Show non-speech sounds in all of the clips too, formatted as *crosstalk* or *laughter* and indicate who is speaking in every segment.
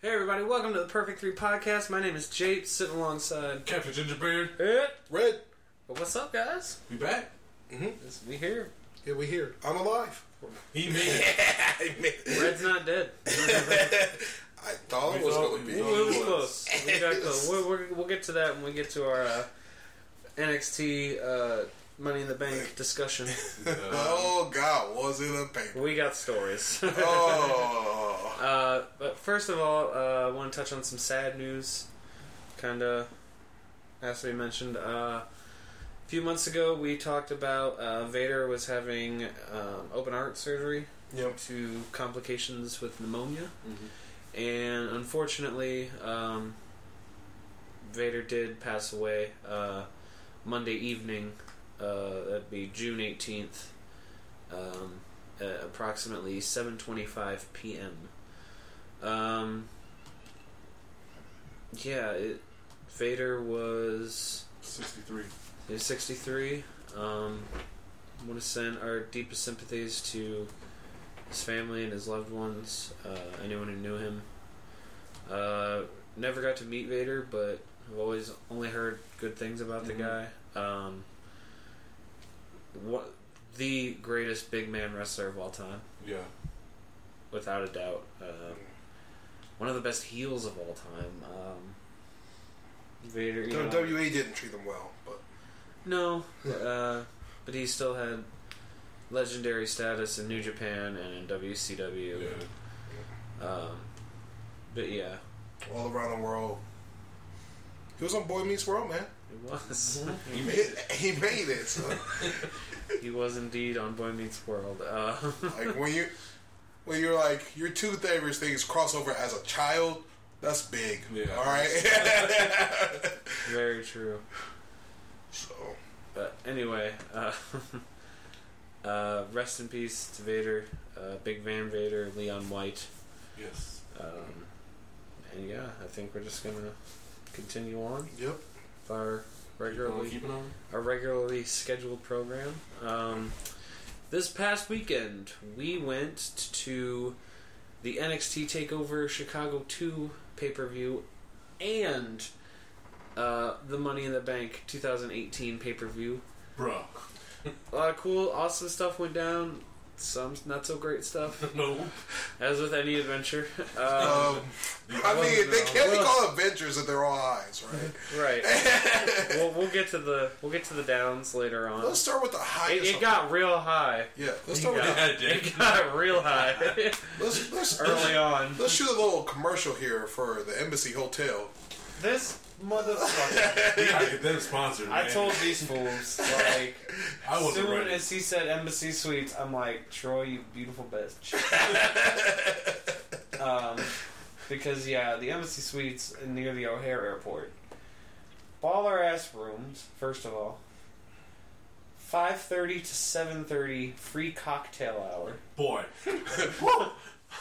Speaker 1: Hey everybody, welcome to the Perfect Three Podcast. My name is Jape, sitting alongside.
Speaker 2: Captain Gingerbeard.
Speaker 1: It.
Speaker 3: Red,
Speaker 1: But what's up, guys?
Speaker 2: We back.
Speaker 1: It's- we here.
Speaker 3: yeah, we here. I'm alive.
Speaker 2: He *laughs* made it.
Speaker 3: *laughs* I,
Speaker 1: Red's not *laughs* dead.
Speaker 3: thought it was
Speaker 2: thought
Speaker 3: going to
Speaker 2: we
Speaker 3: be.
Speaker 2: were-
Speaker 1: It was close. We *laughs* got close. We're, we're, we'll get to that when we get to our uh, NXT uh, Money in the Bank *laughs* discussion.
Speaker 3: oh God, was it a paper?
Speaker 1: We got stories. *laughs*
Speaker 3: Oh,
Speaker 1: Uh, but first of all, uh, I want to touch on some sad news. Kind of has to be mentioned. Uh, a few months ago, we talked about uh, Vader was having um, open heart surgery
Speaker 2: Yep.
Speaker 1: to complications with pneumonia,
Speaker 2: Mm-hmm.
Speaker 1: and unfortunately, um, Vader did pass away uh, Monday evening. Uh, that'd be June eighteenth, um, at approximately seven twenty-five p.m. Um, yeah, it, Vader was
Speaker 2: 63.
Speaker 1: he was 63. Um, want to send our deepest sympathies to his family and his loved ones, uh, anyone who knew him. Uh, never got to meet Vader, but I've always only heard good things about the
Speaker 2: Mhm.
Speaker 1: guy. Um, what the greatest big man wrestler of all time,
Speaker 2: Yeah.
Speaker 1: without a doubt. Uh, one of the best heels of all time. Um, Vader. you know-
Speaker 3: WWE didn't treat them well, but
Speaker 1: no, uh, but he still had legendary status in New Japan and in WCW.
Speaker 2: Yeah.
Speaker 1: Um, but yeah,
Speaker 3: all around the world, he was on Boy Meets World, man.
Speaker 1: it was. *laughs*
Speaker 2: He
Speaker 3: He,
Speaker 2: made it.
Speaker 3: he made it. So.
Speaker 1: he was indeed on Boy Meets World. Uh, *laughs*
Speaker 3: like when you, when you're like your two favorite things crossover as a child, that's big.
Speaker 2: Yeah.
Speaker 3: All right. *laughs*
Speaker 1: very true.
Speaker 3: so
Speaker 1: But anyway, uh, *laughs* uh, rest in peace to Vader, uh, Big Van Vader, Leon White.
Speaker 2: Yes.
Speaker 1: Um, and yeah, I think we're just gonna continue on
Speaker 3: yep.
Speaker 1: with our regularly
Speaker 2: Keep it on.
Speaker 1: our regularly scheduled program. Um, this past weekend, we went to the NXT Takeover Chicago 2 pay per view and uh, the Money in the Bank 2018 pay per view.
Speaker 2: Bruh. *laughs*
Speaker 1: A lot of cool, awesome stuff went down. Some not so great stuff, *laughs*
Speaker 2: *laughs* no.
Speaker 1: as with any adventure. *laughs* Uh,
Speaker 3: Um, I mean, they can't be
Speaker 1: Well-
Speaker 3: called adventures if they're all highs, right?
Speaker 1: right. we'll, we'll get to the we'll get to the downs later on.
Speaker 3: Let's start with the
Speaker 1: It,
Speaker 3: highest.
Speaker 1: it got real high.
Speaker 3: yeah. Let's start with
Speaker 1: Yeah.
Speaker 3: the,
Speaker 2: Yeah, Dick.
Speaker 1: It got real high.
Speaker 3: let's let's
Speaker 1: early on.
Speaker 3: let's shoot a little commercial here for the Embassy Hotel.
Speaker 1: This motherfucker.
Speaker 2: *laughs* We gotta get them sponsored.
Speaker 1: I
Speaker 2: man.
Speaker 1: told these fools, like,
Speaker 2: *laughs* I
Speaker 1: as
Speaker 2: wasn't
Speaker 1: soon
Speaker 2: ready.
Speaker 1: as he said Embassy Suites, I'm like, Troy, you beautiful
Speaker 2: *laughs*
Speaker 1: bitch. um, because, yeah, the Embassy Suites near the O'Hare Airport. Baller ass rooms, first of all. 5.30 to 7.30, free cocktail hour.
Speaker 2: Boy.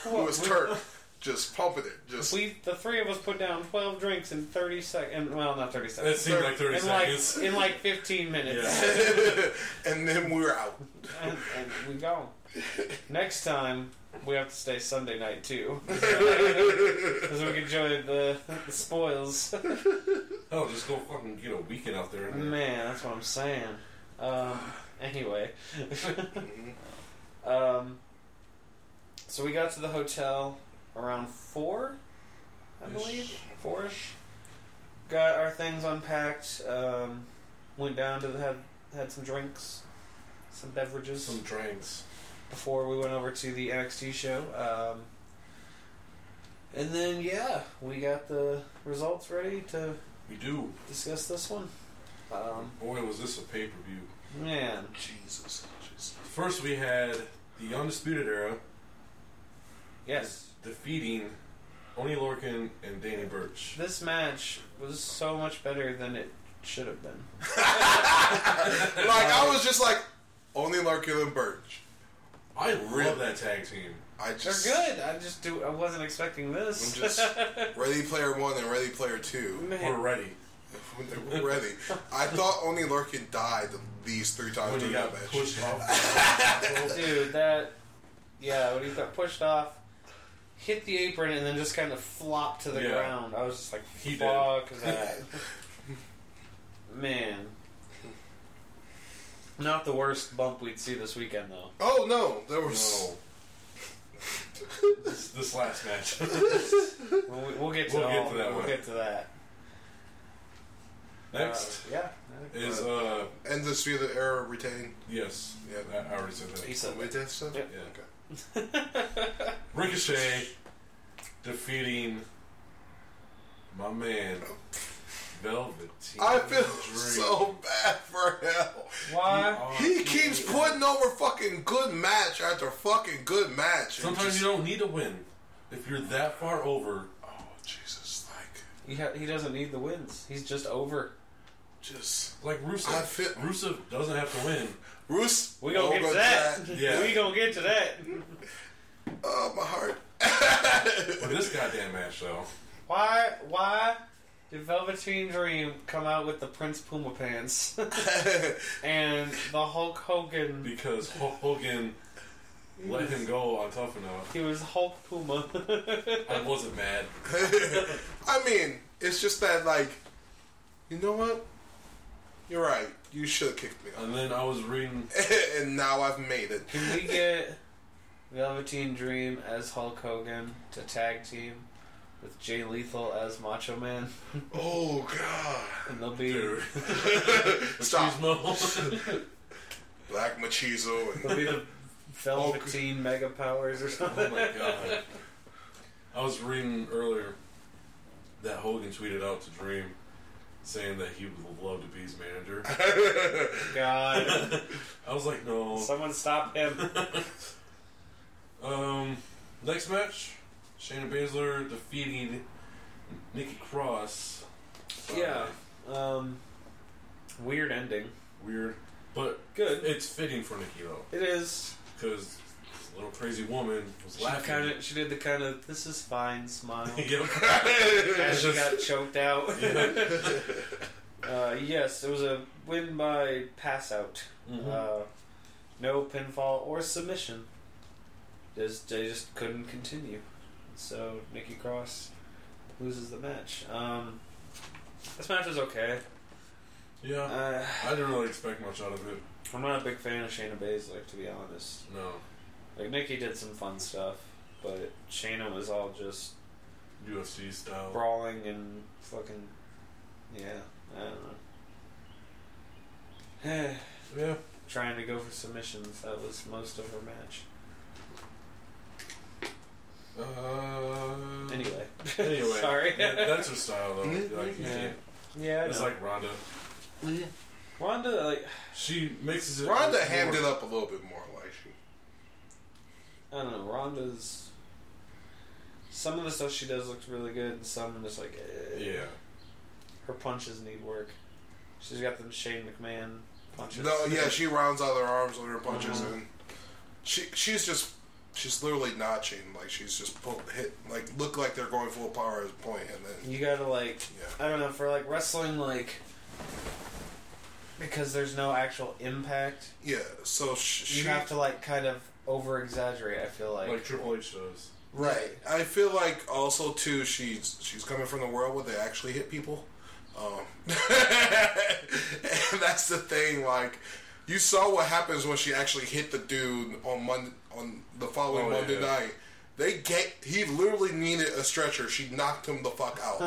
Speaker 3: Who was
Speaker 1: *laughs*
Speaker 3: Turk? Just pumping it. Just
Speaker 1: We, the three of us put down 12 drinks in 30 seconds. Well, not 30 seconds.
Speaker 2: That seemed like 30
Speaker 1: in
Speaker 2: seconds.
Speaker 1: like in like 15 minutes
Speaker 2: yeah.
Speaker 3: *laughs* and then we were
Speaker 1: *laughs*
Speaker 3: out.
Speaker 1: and, and we go next time we have to stay sunday night too *laughs*
Speaker 3: Mm-hmm.
Speaker 1: because we can enjoy the, the spoils
Speaker 2: Oh, just go fucking get a weekend out there. And
Speaker 1: man that's what i'm saying um, anyway *laughs* um, so we got to the hotel around four i
Speaker 2: Ish.
Speaker 1: believe four-ish got our things unpacked um, went down to the, had, had some drinks some beverages
Speaker 2: Some drinks.
Speaker 1: before we went over to the NXT show. Um, and then, yeah, we got the results ready to
Speaker 2: We do.
Speaker 1: discuss this one. Um,
Speaker 2: Boy, was this a pay per view.
Speaker 1: man,
Speaker 3: Jesus. Jesus.
Speaker 2: First, we had the Undisputed Era
Speaker 1: yes,
Speaker 2: defeating Oni Lorcan and Danny *laughs* Burch.
Speaker 1: this match was so much better than it should have been.
Speaker 3: Like I was just like only Larkin and Birch.
Speaker 2: I love that tag team.
Speaker 3: I
Speaker 1: They're
Speaker 3: just
Speaker 1: good. I just do. I wasn't expecting this.
Speaker 2: I'm just-
Speaker 1: *laughs*
Speaker 3: Ready Player One and Ready Player Two.
Speaker 2: We're
Speaker 1: man,
Speaker 2: ready.
Speaker 3: When they were ready, I thought only Larkin died these three times
Speaker 2: When he
Speaker 3: during
Speaker 2: got
Speaker 3: that match. *laughs*
Speaker 2: pushed off.
Speaker 1: dude, that yeah, when he got pushed off hit the apron and then just kind of flopped to the
Speaker 2: Yeah.
Speaker 1: ground. I was just like,
Speaker 2: He did.
Speaker 1: fuck
Speaker 2: *laughs*
Speaker 1: that. Man. Not the worst bump we'd see this weekend, though.
Speaker 3: Oh no, there was.
Speaker 2: No. this, this last
Speaker 3: *laughs*
Speaker 2: match.
Speaker 1: We'll, we'll get to,
Speaker 2: We'll get
Speaker 1: all-
Speaker 2: to that
Speaker 1: We'll
Speaker 2: one.
Speaker 1: get to that.
Speaker 2: Next
Speaker 1: Uh, yeah.
Speaker 2: is
Speaker 1: Uh,
Speaker 2: uh
Speaker 3: And the sphere of the error retained.
Speaker 2: yes. Yeah, I, I already said
Speaker 1: he
Speaker 2: that.
Speaker 1: said
Speaker 3: Wait, that's stuff?
Speaker 1: Yeah.
Speaker 2: Yeah.
Speaker 3: Okay.
Speaker 2: Ricochet defeating my man Velveteen.
Speaker 3: I feel
Speaker 2: Dream.
Speaker 3: so bad for him.
Speaker 1: why?
Speaker 3: He keeps putting over fucking good match after fucking good match. and
Speaker 2: Sometimes
Speaker 3: just-
Speaker 2: you don't need to win. If you're that far over,
Speaker 3: Oh Jesus! Like,
Speaker 1: He, ha- he doesn't need the wins. He's just over.
Speaker 3: just
Speaker 2: like Rusev,
Speaker 3: I feel-
Speaker 2: Rusev doesn't have to win.
Speaker 3: Roos.
Speaker 1: We gonna
Speaker 3: oh,
Speaker 1: get to
Speaker 3: God,
Speaker 1: that.
Speaker 2: Yeah.
Speaker 1: *laughs* We gonna get to that.
Speaker 3: Oh my heart.
Speaker 2: But this goddamn match, though,
Speaker 1: Why? Why did Velveteen Dream come out with the Prince Puma pants *laughs*
Speaker 2: *laughs*
Speaker 3: *laughs*
Speaker 1: and the Hulk Hogan?
Speaker 2: because Hulk Hogan let him go on Tough Enough.
Speaker 1: He was Hulk Puma. *laughs*
Speaker 2: I wasn't mad.
Speaker 3: I mean, it's just that like, you know what? You're right. You should have kicked me
Speaker 2: And then I was reading.
Speaker 3: off, *laughs* and now I've made it.
Speaker 1: Can we get Velveteen Dream as Hulk Hogan to tag team with Jay Lethal as Macho Man?
Speaker 3: Oh God!
Speaker 1: And they'll be
Speaker 2: *laughs* Dude,
Speaker 3: Stop.
Speaker 2: Machismo.
Speaker 3: Black machismo. And *laughs*
Speaker 1: they'll be the Velveteen Mega Powers or
Speaker 2: *laughs* oh
Speaker 1: something. *laughs*
Speaker 2: my god. I was reading earlier that Hogan tweeted out to Dream saying that he would love to be his manager. *laughs*
Speaker 1: God,
Speaker 2: I was like, no. *laughs*
Speaker 1: someone stop him!
Speaker 2: Um, next match, Shayna Baszler defeating Nikki Cross. Sorry,
Speaker 1: Yeah. Um, weird ending.
Speaker 2: weird, but
Speaker 1: Good.
Speaker 2: it's fitting for Nikki though,
Speaker 1: It is.
Speaker 2: because little crazy woman was
Speaker 1: She
Speaker 2: laughing.
Speaker 1: kind of she did the kind of this is fine smile
Speaker 2: *laughs*
Speaker 1: *laughs*
Speaker 2: Yep.
Speaker 1: as she
Speaker 2: just-
Speaker 1: got choked out.
Speaker 2: Yeah.
Speaker 1: *laughs* uh, yes, it was a win by pass out.
Speaker 2: Mhm.
Speaker 1: Uh, no pinfall or submission. Just they just couldn't continue. So Nikki Cross loses the match. Um, this match was okay.
Speaker 2: yeah.
Speaker 1: Uh,
Speaker 2: I didn't really expect much out of it.
Speaker 1: I'm not a big fan of Shayna Baszler to be honest.
Speaker 2: No,
Speaker 1: Like Nikki did some fun stuff, but Shayna was all just
Speaker 2: UFC style.
Speaker 1: brawling and fucking yeah i don't know *sighs*
Speaker 2: Yeah.
Speaker 1: trying to go for submissions that was most of her match
Speaker 2: Uh,
Speaker 1: anyway
Speaker 2: Anyway,
Speaker 1: *laughs* sorry
Speaker 2: yeah, that's her style though. Like, you
Speaker 1: Yeah.
Speaker 2: can't-
Speaker 1: yeah I
Speaker 2: It's
Speaker 1: know.
Speaker 2: like Ronda.
Speaker 1: Ronda like
Speaker 2: She mixes it.
Speaker 3: Rhonda
Speaker 2: more.
Speaker 3: hammed it up a little bit more, like she.
Speaker 1: I don't know Ronda's some of the stuff she does looks really good and some I'm just like eh.
Speaker 2: Yeah.
Speaker 1: her punches need work she's got them Shane McMahon punches
Speaker 3: No, yeah, she rounds out her arms with her punches,
Speaker 1: Uh-huh.
Speaker 3: and she she's just she's literally notching, like she's just pull, hit, like look like they're going full power at a point, and then
Speaker 1: you gotta like
Speaker 3: yeah,
Speaker 1: I don't know, for like wrestling, like because there's no actual impact,
Speaker 3: yeah. So sh-
Speaker 1: you
Speaker 3: she
Speaker 1: have to like kind of over exaggerate. I feel like,
Speaker 2: Like Triple H does.
Speaker 3: right. I feel like also too she's she's coming from the world where they actually hit people, um, *laughs* and that's the thing. Like you saw what happens when she actually hit the dude on Monday on the following
Speaker 2: Oh,
Speaker 3: Monday
Speaker 2: yeah.
Speaker 3: night. They get he literally needed a stretcher. She knocked him the fuck out.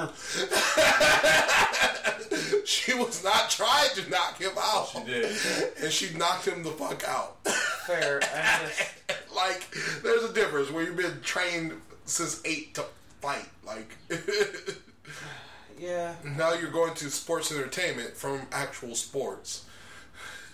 Speaker 3: *laughs* She was not trying to knock him out.
Speaker 2: She did.
Speaker 3: *laughs* And she knocked him the fuck out.
Speaker 1: fair. I just,
Speaker 3: *laughs* like, there's a difference where you've been trained since eight to fight. Like,
Speaker 1: *laughs*
Speaker 3: *laughs*
Speaker 1: yeah,
Speaker 3: now you're going to sports entertainment from actual sports.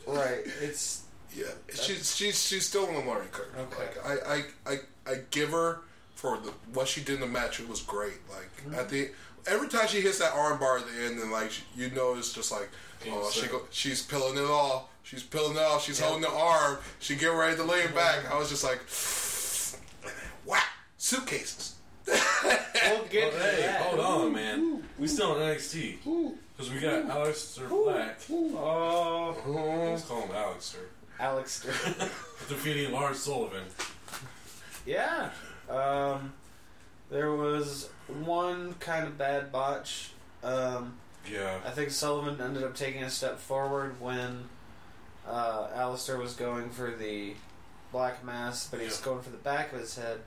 Speaker 1: right. It's
Speaker 3: Yeah, she's she's she's still in the learning curve.
Speaker 1: Okay.
Speaker 3: Like, I, I I I give her for the what she did in the match. It was great. Like at the every time she hits that arm bar at the end, and like you know, it's just like oh she go, she's peeling it off. She's peeling it off. She's holding the arm. She getting ready to lay it back. I was just like, *sniffs* wow, suitcases.
Speaker 1: we'll get to
Speaker 2: Well, hey,
Speaker 1: that.
Speaker 2: hold on, man. We still on NXT because we got Aleister Black.
Speaker 1: Oh,
Speaker 2: Let's call him Aleister.
Speaker 1: Alex. *laughs*
Speaker 2: *laughs*
Speaker 1: Stern.
Speaker 2: Defeating Lars Sullivan.
Speaker 1: yeah. Um, There was one kind of bad botch. Um,
Speaker 2: Yeah.
Speaker 1: I think Sullivan ended up taking a step forward when uh, Alistair was going for the black mass, but he was
Speaker 2: Yeah.
Speaker 1: going for the back of his head,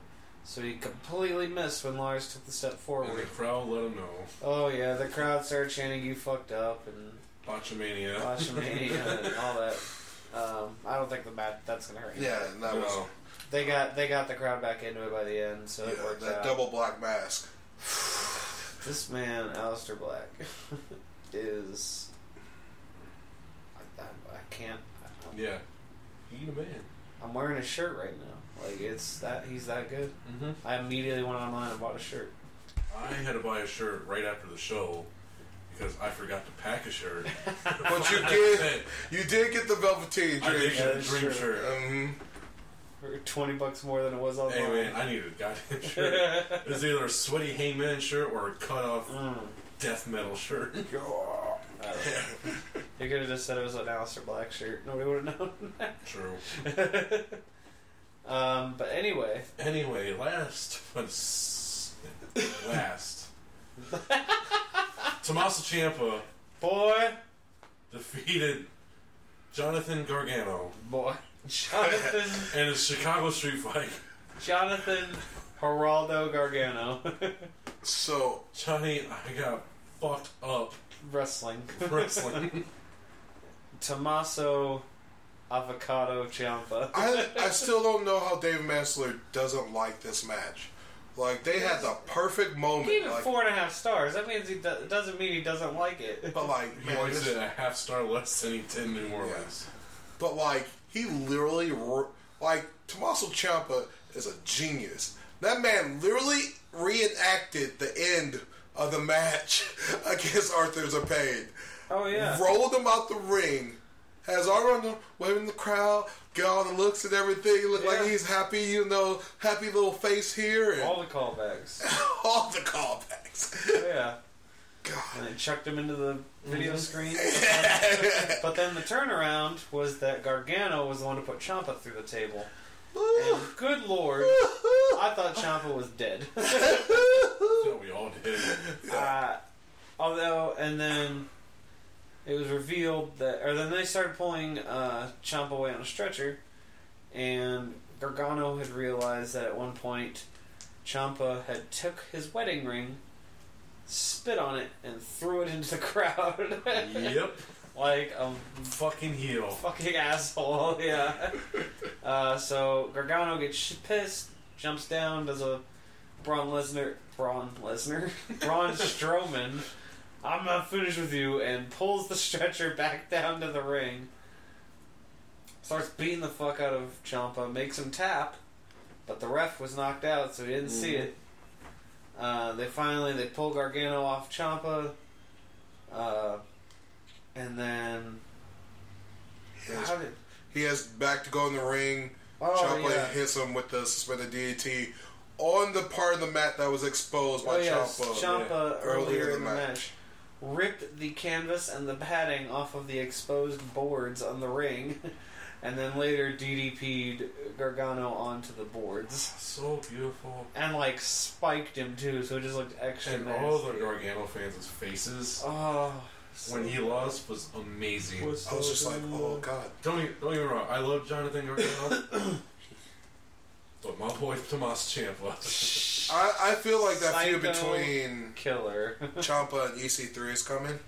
Speaker 1: so he completely missed when Lars took the step
Speaker 2: And the
Speaker 1: forward.
Speaker 2: crowd let him know.
Speaker 1: oh yeah, the crowd started chanting "You fucked up" and
Speaker 3: *laughs*
Speaker 2: Botchamania. *laughs*
Speaker 1: Botchamania and all that. Um, I don't think the match that's gonna hurt.
Speaker 3: Yeah, and that was
Speaker 2: No.
Speaker 1: They got they got the crowd back into it by the end, so it
Speaker 3: yeah,
Speaker 1: worked
Speaker 3: that
Speaker 1: out.
Speaker 3: double black mask.
Speaker 1: This man, Alistair Black, *laughs* is. I, I, I can't.
Speaker 2: Yeah. He the man.
Speaker 1: I'm wearing a shirt right now. Like it's that he's that good.
Speaker 2: Mm-hmm.
Speaker 1: I immediately went online and bought a shirt.
Speaker 2: I had to buy a shirt right after the show because I forgot to pack a shirt.
Speaker 3: *laughs*
Speaker 2: *laughs*
Speaker 3: But you did, you did get the velveteen
Speaker 2: I did
Speaker 3: dream.
Speaker 2: get a
Speaker 1: that's
Speaker 2: dream
Speaker 1: true.
Speaker 2: shirt.
Speaker 3: Um,
Speaker 1: For Twenty bucks more than it was online.
Speaker 2: Hey
Speaker 1: *laughs*
Speaker 2: man, I need a goddamn
Speaker 3: *laughs*
Speaker 2: shirt. It's either a sweaty hangman shirt or a cut off
Speaker 1: Mm.
Speaker 2: death metal
Speaker 3: *laughs*
Speaker 2: shirt.
Speaker 1: I
Speaker 2: *laughs*
Speaker 1: don't know. You could have just said it was an Alistair Black shirt. Nobody would have known.
Speaker 2: True.
Speaker 1: *laughs* Um, but anyway,
Speaker 2: Anyway, last but s- last, Tommaso Ciampa
Speaker 1: boy,
Speaker 2: defeated Jonathan Gargano
Speaker 1: boy, *laughs* Jonathan,
Speaker 2: in a Chicago street fight.
Speaker 1: Jonathan, Geraldo Gargano, *laughs*
Speaker 3: so
Speaker 2: Johnny, I got fucked up
Speaker 1: wrestling.
Speaker 2: wrestling.
Speaker 1: Tommaso Avocado Ciampa.
Speaker 3: I, I still don't know how Dave Mansler doesn't like this match. Like they had the perfect moment.
Speaker 1: He gave it
Speaker 3: like-
Speaker 1: four and a half stars. That means he do- it doesn't mean he doesn't like
Speaker 3: *laughs*
Speaker 1: it.
Speaker 3: but like,
Speaker 2: he
Speaker 3: man,
Speaker 2: likes
Speaker 3: this-
Speaker 2: it a half star less than he did in New Orleans.
Speaker 3: but like he literally ro- like Tommaso Ciampa is a genius. That man literally reenacted the end of the match *laughs* against Arthur Zapade.
Speaker 1: Oh yeah.
Speaker 3: rolled him out the ring, has Arnold waving the crowd, get all the looks and everything, look
Speaker 1: Yeah.
Speaker 3: like he's happy, you know, happy little face here, and all,
Speaker 1: All the
Speaker 3: *laughs*
Speaker 1: callbacks.
Speaker 3: the callbacks. *laughs*
Speaker 1: Oh, yeah.
Speaker 3: God.
Speaker 1: *laughs* And they chucked him into the video screen. but then the turnaround was that Gargano was the one to put Champa through the table. And good lord, I thought Champa was dead. *laughs*
Speaker 2: Yeah, we all did.
Speaker 1: Uh, although, and then it was revealed that, or then they started pulling uh, Ciampa away on a stretcher, and Gargano had realized that at one point Ciampa had took his wedding ring, spit on it, and threw it into the *laughs* crowd
Speaker 2: yep.
Speaker 1: like a
Speaker 2: Fucking heel.
Speaker 1: fucking asshole. *laughs* Yeah. Uh, so Gargano gets sh- pissed, jumps down, does a Braun Lesnar, Braun Lesnar, *laughs* Braun Strowman. I'm not finished with you, and pulls the *laughs* stretcher back down to the ring. Starts beating the fuck out of Ciampa, makes him tap, but the ref was knocked out, so he didn't see
Speaker 2: Mhm.
Speaker 1: it. Uh, they finally they pull Gargano off Ciampa, uh, and then
Speaker 3: He has-
Speaker 1: how did
Speaker 3: He has back to go in the ring.
Speaker 1: Oh,
Speaker 3: Ciampa
Speaker 1: yeah.
Speaker 3: hits him with the suspended DDT on the part of the mat that was exposed
Speaker 1: Oh
Speaker 3: by
Speaker 1: yes,
Speaker 3: Ciampa.
Speaker 1: Ciampa earlier in the match.
Speaker 3: match.
Speaker 1: ripped the canvas and the padding off of the exposed boards on the ring, *laughs* and then later DDP'd Gargano onto the boards
Speaker 2: So beautiful.
Speaker 1: and like spiked him too, so it just looked extra
Speaker 2: And
Speaker 1: nasty.
Speaker 2: all the Gargano fans' faces
Speaker 1: oh,
Speaker 2: when he lost was amazing.
Speaker 3: I was just like, oh god.
Speaker 2: Don't get, don't get me wrong, I love Jonathan Gargano, but my boy Tomas Champa.
Speaker 3: I, I feel like that feud
Speaker 1: Psycho.
Speaker 3: between
Speaker 1: *laughs* killer.
Speaker 3: Ciampa and EC3 is coming.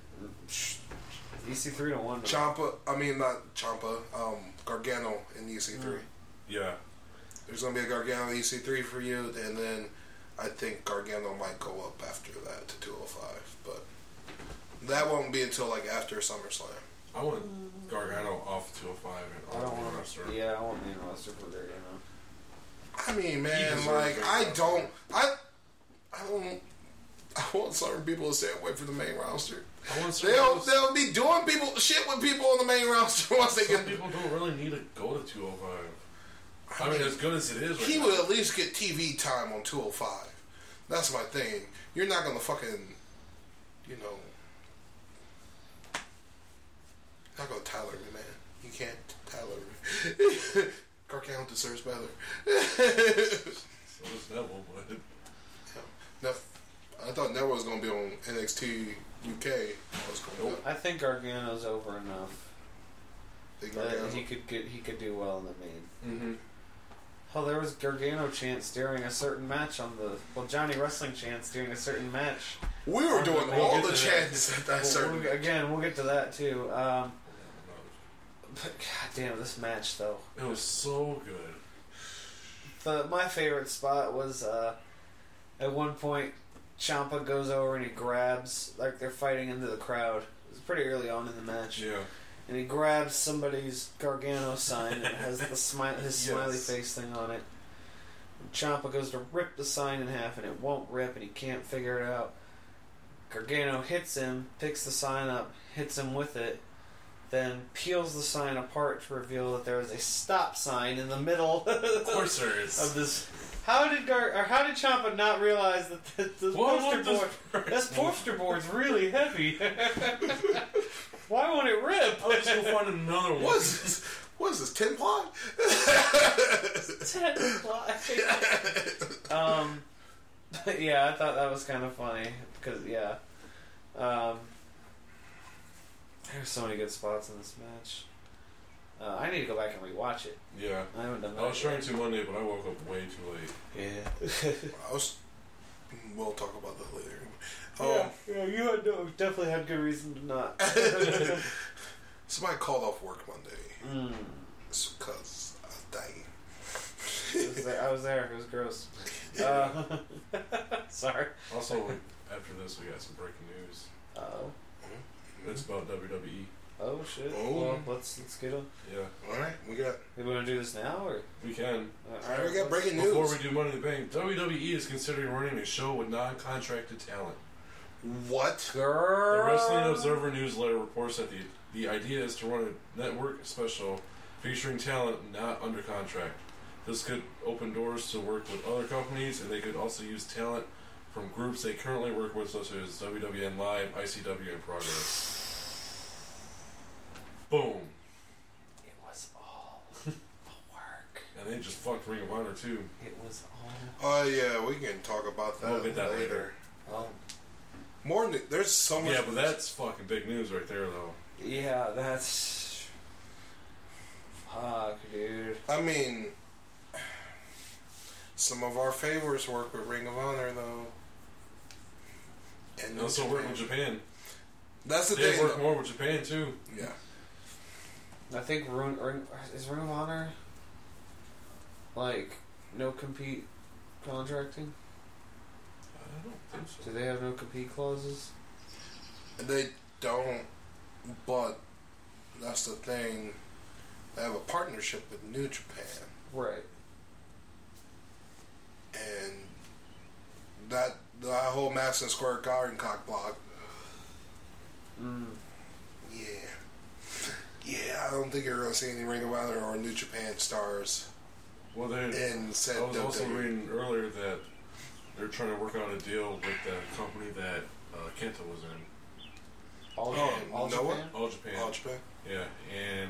Speaker 1: EC3 E to one.
Speaker 3: Champa, I mean not Champa, um, Gargano in EC3.
Speaker 2: Mm. yeah,
Speaker 3: There's gonna be a Gargano EC3 for you, and then I think Gargano might go up after that to 205, but that won't be until like after SummerSlam.
Speaker 2: I want Gargano off 205
Speaker 1: I
Speaker 2: and
Speaker 1: don't
Speaker 2: off the
Speaker 1: want
Speaker 2: roster.
Speaker 1: to. Yeah, I want main roster for Gargano.
Speaker 3: I mean, man,
Speaker 2: deserves
Speaker 3: like
Speaker 2: it.
Speaker 3: I don't, I, I don't. I want certain people to stay away from the main roster.
Speaker 2: I want some
Speaker 3: They'll
Speaker 2: people,
Speaker 3: they'll be doing people shit with people on the main roster *laughs* once they
Speaker 2: some
Speaker 3: get.
Speaker 2: people don't really need to go to 205. I mean, as good as it is, right
Speaker 3: He
Speaker 2: now,
Speaker 3: would at least get TV time on 205. That's my thing. You're not going to fucking, you know, not going to Tyler me, man. You can't Tyler me. *laughs* Gargano deserves better.
Speaker 2: so does Neville, but *laughs*
Speaker 3: No, I thought that was gonna be on NXT UK. I was going
Speaker 1: I think Gargano's over enough.
Speaker 3: think
Speaker 1: But
Speaker 3: Gargano-
Speaker 1: he could get he could do well in the main.
Speaker 2: Mm-hmm.
Speaker 1: Oh, there was Gargano chants during a certain match on the well Johnny Wrestling chants during a certain match.
Speaker 3: We were
Speaker 1: We'll
Speaker 3: doing
Speaker 1: get
Speaker 3: all
Speaker 1: to
Speaker 3: the
Speaker 2: that.
Speaker 3: chants at that
Speaker 1: Well,
Speaker 3: certain.
Speaker 1: we'll- again, we'll get to that too. Um, but god damn this match though.
Speaker 2: It was so good.
Speaker 1: The, my favorite spot was uh, at one point Champa goes over and he grabs like they're fighting into the crowd. It was pretty early on in the match,
Speaker 2: Yeah.
Speaker 1: and he grabs somebody's Gargano sign and it has the smile his
Speaker 2: *laughs* Yes.
Speaker 1: smiley face thing on it. Champa goes to rip the sign in half and it won't rip and he can't figure it out. Gargano hits him, picks the sign up, hits him with it, then peels the sign apart to reveal that there is a stop sign in the middle *laughs*
Speaker 2: Of course there is.
Speaker 1: of this. How did Gar or how did Champa not realize that this, this
Speaker 2: Why
Speaker 1: poster
Speaker 2: won't this *laughs*
Speaker 1: board, this
Speaker 2: person-
Speaker 1: poster board's really heavy? *laughs* Why won't it
Speaker 2: Let's go
Speaker 1: rip?
Speaker 2: find another one.
Speaker 3: *laughs* What is this? What is this? Tin plot?
Speaker 1: Ten o'clock. *laughs* um, but yeah, I thought that was kind of funny because yeah, um, there's so many good spots in this match. Uh, I need to go back and rewatch it.
Speaker 2: Yeah.
Speaker 1: I haven't done that.
Speaker 2: I
Speaker 3: Oh,
Speaker 2: was
Speaker 1: yet.
Speaker 2: trying to Monday, but I woke up way too late.
Speaker 1: Yeah. *laughs*
Speaker 3: I was. We'll talk about that later.
Speaker 1: yeah,
Speaker 3: Um,
Speaker 1: yeah, you had no, definitely had good reason to
Speaker 3: *laughs*
Speaker 1: not. *laughs*
Speaker 3: somebody called off work Monday
Speaker 1: Mm.
Speaker 3: because I was dying.
Speaker 2: *laughs*
Speaker 1: It was there- I was there. It was gross. Uh, *laughs* sorry.
Speaker 2: Also, we- after this, we got some breaking news.
Speaker 1: Oh,
Speaker 2: It's
Speaker 3: Mm-hmm.
Speaker 2: about E. WWE.
Speaker 1: oh shit.
Speaker 3: Oh.
Speaker 1: Well, let's let's get on.
Speaker 2: Yeah,
Speaker 3: All right, we got.
Speaker 1: We want to do this now or?
Speaker 2: we can.
Speaker 1: Uh,
Speaker 3: All right, we got breaking
Speaker 2: Before
Speaker 3: news.
Speaker 2: we do Money in the Bank, WWE is considering running a show with non-contracted talent.
Speaker 3: What?
Speaker 1: Girl.
Speaker 2: The Wrestling Observer newsletter reports that the the idea is to run a network special featuring talent not under contract. This could open doors to work with other companies, and they could also use talent from groups they currently work with, such as WWN Live, ICW, and Progress. Boom.
Speaker 1: It was all the work.
Speaker 2: And they just fucked Ring of Honor too.
Speaker 1: It was all.
Speaker 3: Oh yeah, we can talk about that,
Speaker 2: We'll get that
Speaker 3: later.
Speaker 2: later.
Speaker 1: Oh.
Speaker 3: More. ne- There's so much.
Speaker 2: Yeah, but that's fucking big news right there, though.
Speaker 1: Yeah, that's. Fuck, dude.
Speaker 3: I mean, some of our favorites work with Ring of Honor though. And
Speaker 2: And also work with Japan.
Speaker 3: That's the
Speaker 2: They
Speaker 3: thing.
Speaker 2: work
Speaker 3: though.
Speaker 2: more with Japan too.
Speaker 3: Yeah.
Speaker 1: I think Ring, Ring is Ring of Honor. Like no compete contracting.
Speaker 2: I don't think so.
Speaker 1: Do they have no compete clauses?
Speaker 3: They don't, but that's the thing. They have a partnership with New Japan,
Speaker 1: Right.
Speaker 3: and that that whole Madison Square Garden cock block.
Speaker 1: Mm.
Speaker 3: Yeah, yeah. I don't think you're gonna see any Ring of Honor or New Japan stars
Speaker 2: Well, they.
Speaker 3: in said
Speaker 2: I was also
Speaker 3: WWE.
Speaker 2: reading earlier that they're trying to work out a deal with the company that uh, Kenta was in,
Speaker 1: All,
Speaker 3: Oh,
Speaker 1: all
Speaker 3: no
Speaker 1: Japan?
Speaker 2: All Japan.
Speaker 3: All Japan.
Speaker 2: Yeah, and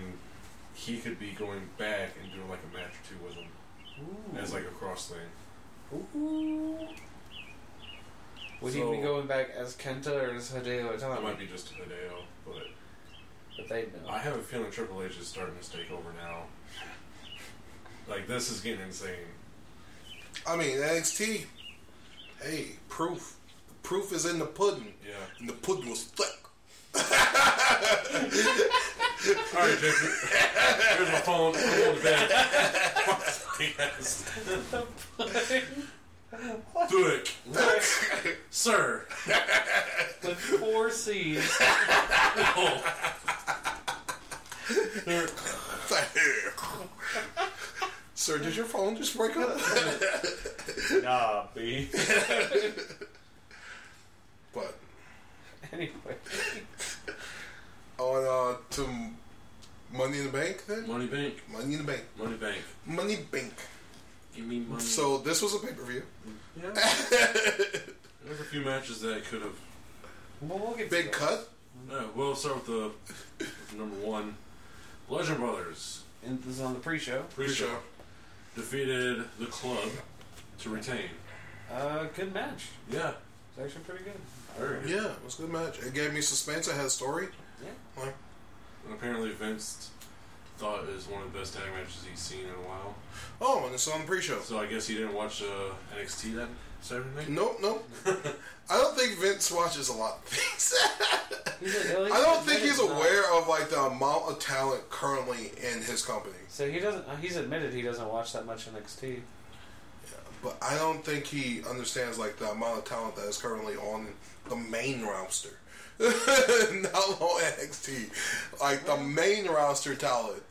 Speaker 2: he could be going back and doing like a match or two with him
Speaker 1: Ooh.
Speaker 2: as like a cross thing.
Speaker 1: Ooh. Would he be
Speaker 2: So-
Speaker 1: going back as Kenta or as Hideo
Speaker 2: That
Speaker 1: Itami?
Speaker 2: might be just a Hideo, but
Speaker 1: But they know.
Speaker 2: I have a feeling Triple H is starting to take over now. Like this is getting insane.
Speaker 3: I mean NXT. Hey, proof. Proof is in the pudding,
Speaker 2: Yeah.
Speaker 3: and the pudding was thick.
Speaker 2: All right, Jason. Here's my phone. I'm going to bed. Yes. Do it, sir.
Speaker 1: With four C's. *laughs*
Speaker 3: Sir, did your phone just break up?
Speaker 1: nah, B.
Speaker 3: but
Speaker 1: anyway.
Speaker 3: on uh, to Money in the Bank then.
Speaker 2: Money bank.
Speaker 3: Money in the Bank.
Speaker 2: Money bank.
Speaker 3: Money Bank.
Speaker 2: Give me money.
Speaker 3: So this was a pay per view.
Speaker 2: yeah. There's a few matches that could have.
Speaker 1: Well, we'll get to
Speaker 3: Big
Speaker 1: that.
Speaker 3: cut.
Speaker 2: Yeah, we'll start with the with number one. Legend Brothers
Speaker 1: And this is on the pre show.
Speaker 2: pre-show defeated the club to retain.
Speaker 1: Uh, good match.
Speaker 2: Yeah,
Speaker 1: It's actually pretty good.
Speaker 2: very good.
Speaker 3: Yeah, it was a good match. It gave me suspense. It had a story.
Speaker 1: Yeah.
Speaker 3: Like,
Speaker 2: And apparently Vince thought it was one of the best tag matches he's seen in a while.
Speaker 3: oh, and it's on the pre-show.
Speaker 2: So I guess he didn't watch uh, NXT that Saturday night.
Speaker 3: Nope, *laughs* nope. I don't think Vince watches a lot of things.
Speaker 1: He's like, at least
Speaker 3: I don't
Speaker 1: admitted
Speaker 3: think he's
Speaker 1: not-
Speaker 3: aware of like the amount of talent currently in his company.
Speaker 1: So he doesn't. uh, He's admitted he doesn't watch that much NXT.
Speaker 3: But I don't think he understands like the amount of talent that is currently on the main roster. *laughs* Not on NXT. Like the main roster talent.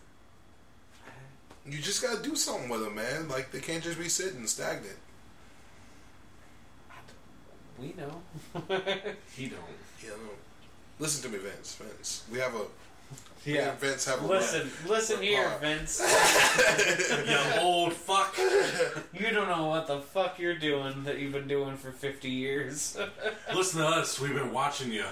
Speaker 3: You just gotta do something with them, man. Like they can't just be sitting stagnant.
Speaker 1: We know. *laughs*
Speaker 2: He don't.
Speaker 3: You know. Listen to me, Vince. Vince. We have a
Speaker 1: Yeah.
Speaker 3: Vince have a
Speaker 1: Listen, listen here,
Speaker 3: Alright.
Speaker 1: Vince.
Speaker 2: you old fuck.
Speaker 1: You don't know what the fuck you're doing that you've been doing for 50 years. *laughs*
Speaker 2: Listen to us. We've been watching you.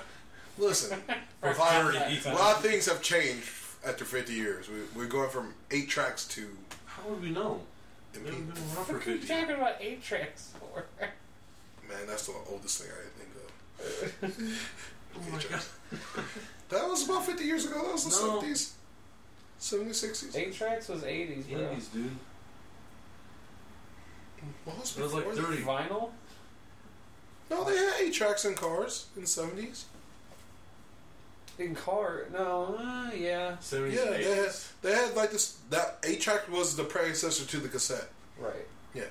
Speaker 3: Listen, a
Speaker 2: For
Speaker 3: lot,
Speaker 2: 30.
Speaker 3: a lot of things have changed after 50 years. We, we're going from eight tracks to
Speaker 2: How would we know? We've been
Speaker 3: impede.
Speaker 2: around for
Speaker 1: What are you
Speaker 2: 50.
Speaker 1: talking about eight tracks
Speaker 3: *laughs*
Speaker 1: for?
Speaker 3: Man, that's the oldest thing I can think of.
Speaker 2: Oh my God.
Speaker 3: That was about 50 years ago. That was the
Speaker 2: No.
Speaker 3: 70s, 70s, 60s.
Speaker 1: Eight tracks was 80s, bro.
Speaker 2: 80s, dude.
Speaker 3: Well, it was
Speaker 2: It was like
Speaker 3: before
Speaker 2: 30.
Speaker 1: Vinyl?
Speaker 3: that. No, they had eight tracks in cars in the 70s.
Speaker 1: In car? No, uh, yeah.
Speaker 2: 70s,
Speaker 3: Yeah, they had,
Speaker 2: 80s.
Speaker 3: they had like this. That eight track was the predecessor to the cassette.
Speaker 1: Right.
Speaker 3: Yeah.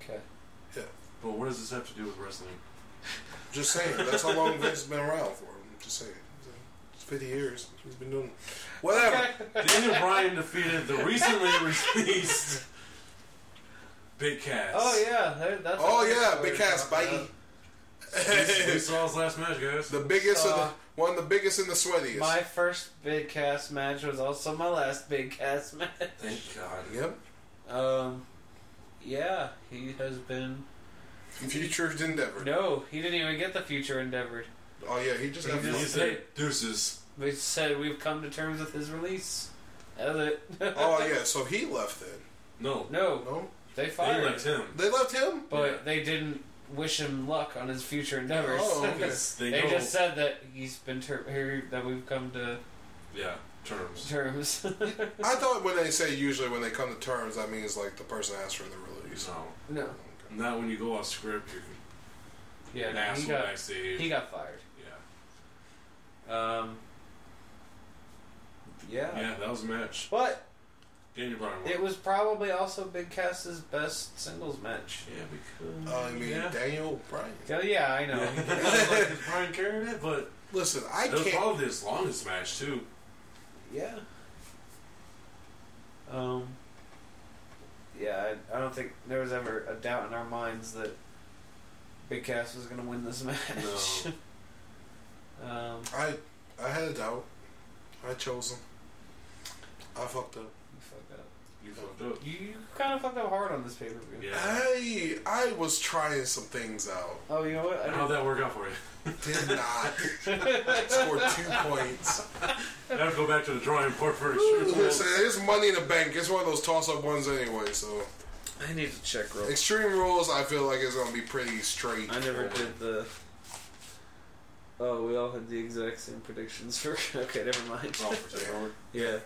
Speaker 1: Okay.
Speaker 2: But what does this have to do with wrestling?
Speaker 3: Just saying. That's how long Vince has been around for. I'm just saying. It's 50 years. He's been doing whatever.
Speaker 2: Daniel Bryan defeated the recently *laughs* released Big Cass.
Speaker 1: *laughs* Oh, yeah. that- That's
Speaker 3: Oh
Speaker 1: a great
Speaker 3: yeah,
Speaker 1: story
Speaker 3: big ass
Speaker 1: about
Speaker 3: bite.
Speaker 1: *laughs* that.
Speaker 2: We, we saw his last match, guys.
Speaker 3: the biggest, of
Speaker 1: Uh,
Speaker 3: the, one of the biggest and the sweatiest.
Speaker 1: My first big cast match was also my last big cast *laughs* match.
Speaker 2: Thank God.
Speaker 3: yep.
Speaker 1: Um, yeah, he has been.
Speaker 3: Future's endeavor.
Speaker 1: No, he didn't even get the future endeavored.
Speaker 3: Oh yeah, he just
Speaker 1: He
Speaker 3: got
Speaker 1: just-
Speaker 2: He
Speaker 3: fucked.
Speaker 2: said, deuces.
Speaker 1: They said we've come to terms with his release. That's it.
Speaker 3: Oh yeah, so he left then.
Speaker 2: No.
Speaker 1: no,
Speaker 3: No,
Speaker 1: they
Speaker 2: They
Speaker 1: fired
Speaker 2: left
Speaker 1: him,
Speaker 2: him.
Speaker 3: they left him.
Speaker 1: but
Speaker 2: Yeah.
Speaker 1: they didn't wish him luck on his future endeavors.
Speaker 3: Oh, okay.
Speaker 1: *laughs*
Speaker 2: Because they,
Speaker 1: they
Speaker 2: know.
Speaker 1: just said that he's been ter- here that we've come to
Speaker 2: yeah, terms.
Speaker 1: terms. *laughs*
Speaker 3: I thought when they say usually when they come to terms, that means like the person asked for the release.
Speaker 2: No.
Speaker 1: no,
Speaker 2: Not when you go off script, you're
Speaker 1: yeah,
Speaker 2: an
Speaker 1: no, he
Speaker 2: asshole
Speaker 1: got
Speaker 2: backstage.
Speaker 1: he got fired.
Speaker 2: yeah.
Speaker 1: Um, yeah,
Speaker 2: yeah, that was a match.
Speaker 1: but
Speaker 2: Daniel Bryan won.
Speaker 1: It was probably also Big Cass's best singles match.
Speaker 2: yeah, because.
Speaker 3: Uh, I mean
Speaker 2: yeah.
Speaker 3: *laughs* Daniel Bryan.
Speaker 1: Yeah, yeah I *laughs* know.
Speaker 2: Yeah. like, is Bryan carrying it? But
Speaker 3: Listen, I
Speaker 2: it was
Speaker 3: can't.
Speaker 2: probably his longest match, too.
Speaker 1: yeah. Um. Yeah, I, I don't think there was ever a doubt in our minds that Big Cass was going to win this match. *laughs* um,
Speaker 3: I I had a doubt. I chose him. I fucked up.
Speaker 1: you fucked up.
Speaker 2: You fucked up.
Speaker 1: You, you kind of fucked up hard on this pay per view.
Speaker 2: Yeah.
Speaker 3: I I was trying some things out.
Speaker 1: Oh, you know what? I
Speaker 2: How'd
Speaker 1: don't,
Speaker 2: that work out for you? *laughs*
Speaker 3: Did not score two points.
Speaker 2: Gotta go back to the drawing board for
Speaker 3: Listen,
Speaker 2: insurance.
Speaker 3: it's money in the bank. It's one of those toss-up ones anyway. So
Speaker 1: I need to check real.
Speaker 3: extreme rules, I feel like it's gonna be pretty straight.
Speaker 1: I never did the. Oh, we all had the exact same predictions for. *laughs* Okay, never mind.
Speaker 2: Oh, for sure.
Speaker 1: Yeah.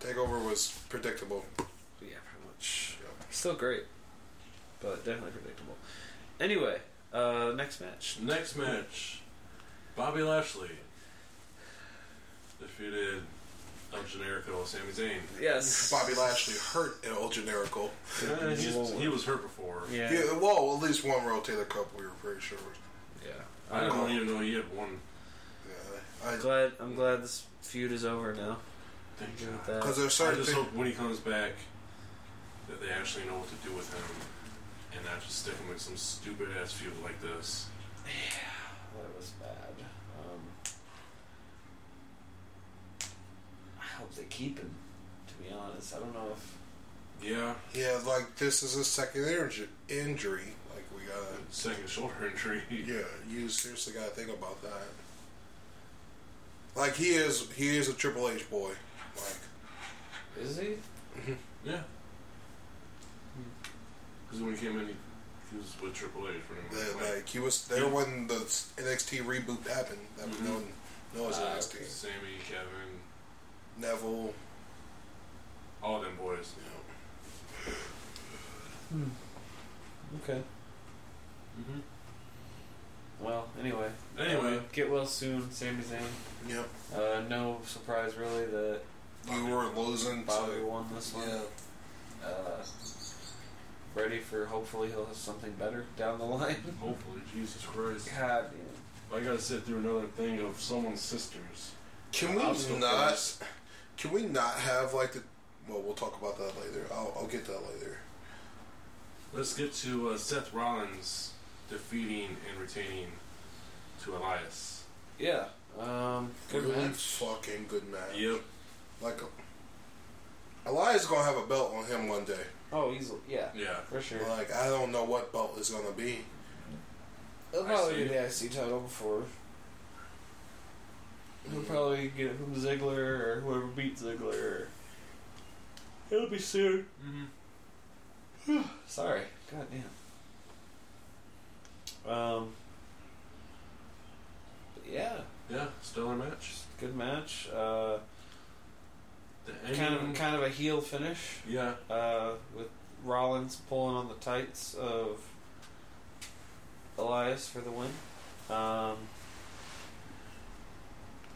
Speaker 3: Takeover was predictable.
Speaker 1: Yeah, pretty much. Still great, but definitely predictable. Anyway, uh, next match.
Speaker 2: Next match, Bobby Lashley defeated El Generico, Sami Zayn.
Speaker 1: Yes,
Speaker 3: Bobby Lashley hurt El Generico.
Speaker 2: Uh, he's- he was hurt before.
Speaker 1: Yeah, yeah.
Speaker 3: Yeah, well, at least one Rotator Cup. We were pretty sure.
Speaker 2: I
Speaker 1: I
Speaker 2: didn't
Speaker 1: don't know.
Speaker 2: even know he had one.
Speaker 3: Yeah,
Speaker 1: I'm glad. I'm glad this feud is over now.
Speaker 2: Thank
Speaker 1: Good with
Speaker 2: God.
Speaker 1: that.
Speaker 3: because there's
Speaker 2: I
Speaker 3: certain
Speaker 2: just
Speaker 3: things.
Speaker 2: hope when he comes back that they actually know what to do with him and not just stick him with some stupid ass feud like this.
Speaker 1: That was bad. Um, I hope they keep him. To be honest, I don't know if
Speaker 2: Yeah,
Speaker 3: Yeah, like this is a second inj- injury. Like we gotta.
Speaker 2: second shoulder injury. *laughs*
Speaker 3: Yeah, you seriously gotta think about that. Like he is, he is a Triple H boy. Like
Speaker 1: is he.
Speaker 2: Yeah. Because when he came in, he he was with Triple H
Speaker 3: They,
Speaker 2: pretty much. Like,
Speaker 3: like he was there
Speaker 2: Yeah.
Speaker 3: when the NXT reboot happened. That was
Speaker 1: Mm-hmm.
Speaker 2: Mhm.
Speaker 3: known, known as
Speaker 2: uh,
Speaker 3: NXT.
Speaker 2: Sammy, Kevin,
Speaker 3: Neville.
Speaker 2: all them boys.
Speaker 3: You know.
Speaker 1: Okay.
Speaker 2: Mm-hmm.
Speaker 1: Well, anyway.
Speaker 2: Anyway.
Speaker 1: Uh, get well soon, Sami Zayn.
Speaker 3: Yep.
Speaker 1: Uh, no surprise, really, that
Speaker 3: You were losing.
Speaker 1: Bobby
Speaker 3: To,
Speaker 1: won this one.
Speaker 3: yeah.
Speaker 1: Uh, ready for hopefully he'll have something better down the *laughs* line.
Speaker 2: Hopefully, Jesus Christ.
Speaker 1: God,
Speaker 2: I gotta sit through another thing of someone's sisters.
Speaker 3: Can we
Speaker 2: I'm still
Speaker 3: not? Can we not have like the? Well, we'll talk about that later. I'll, I'll get that later.
Speaker 2: Let's get to uh, Seth Rollins defeating and retaining to Elias.
Speaker 1: yeah. Um, good
Speaker 3: really
Speaker 1: match.
Speaker 3: fucking good match.
Speaker 2: Yep.
Speaker 3: Like, uh, Elias gonna have a belt on him one day.
Speaker 1: Oh, easily. Yeah,
Speaker 2: Yeah.
Speaker 1: for sure.
Speaker 3: Like, I don't know what belt it's gonna be.
Speaker 1: He'll
Speaker 2: I
Speaker 1: probably
Speaker 2: see.
Speaker 1: get the IC title before. He'll probably get it from Ziggler or whoever beat Ziggler. It'll be soon.
Speaker 2: Mm-hmm.
Speaker 1: Sorry. God damn. Um. but yeah,
Speaker 2: Yeah. Stellar match.
Speaker 1: good match. Uh,
Speaker 2: The
Speaker 1: kind of
Speaker 2: ending-
Speaker 1: kind of a heel finish.
Speaker 2: Yeah.
Speaker 1: uh, with Rollins pulling on the tights of Elias for the win. Um,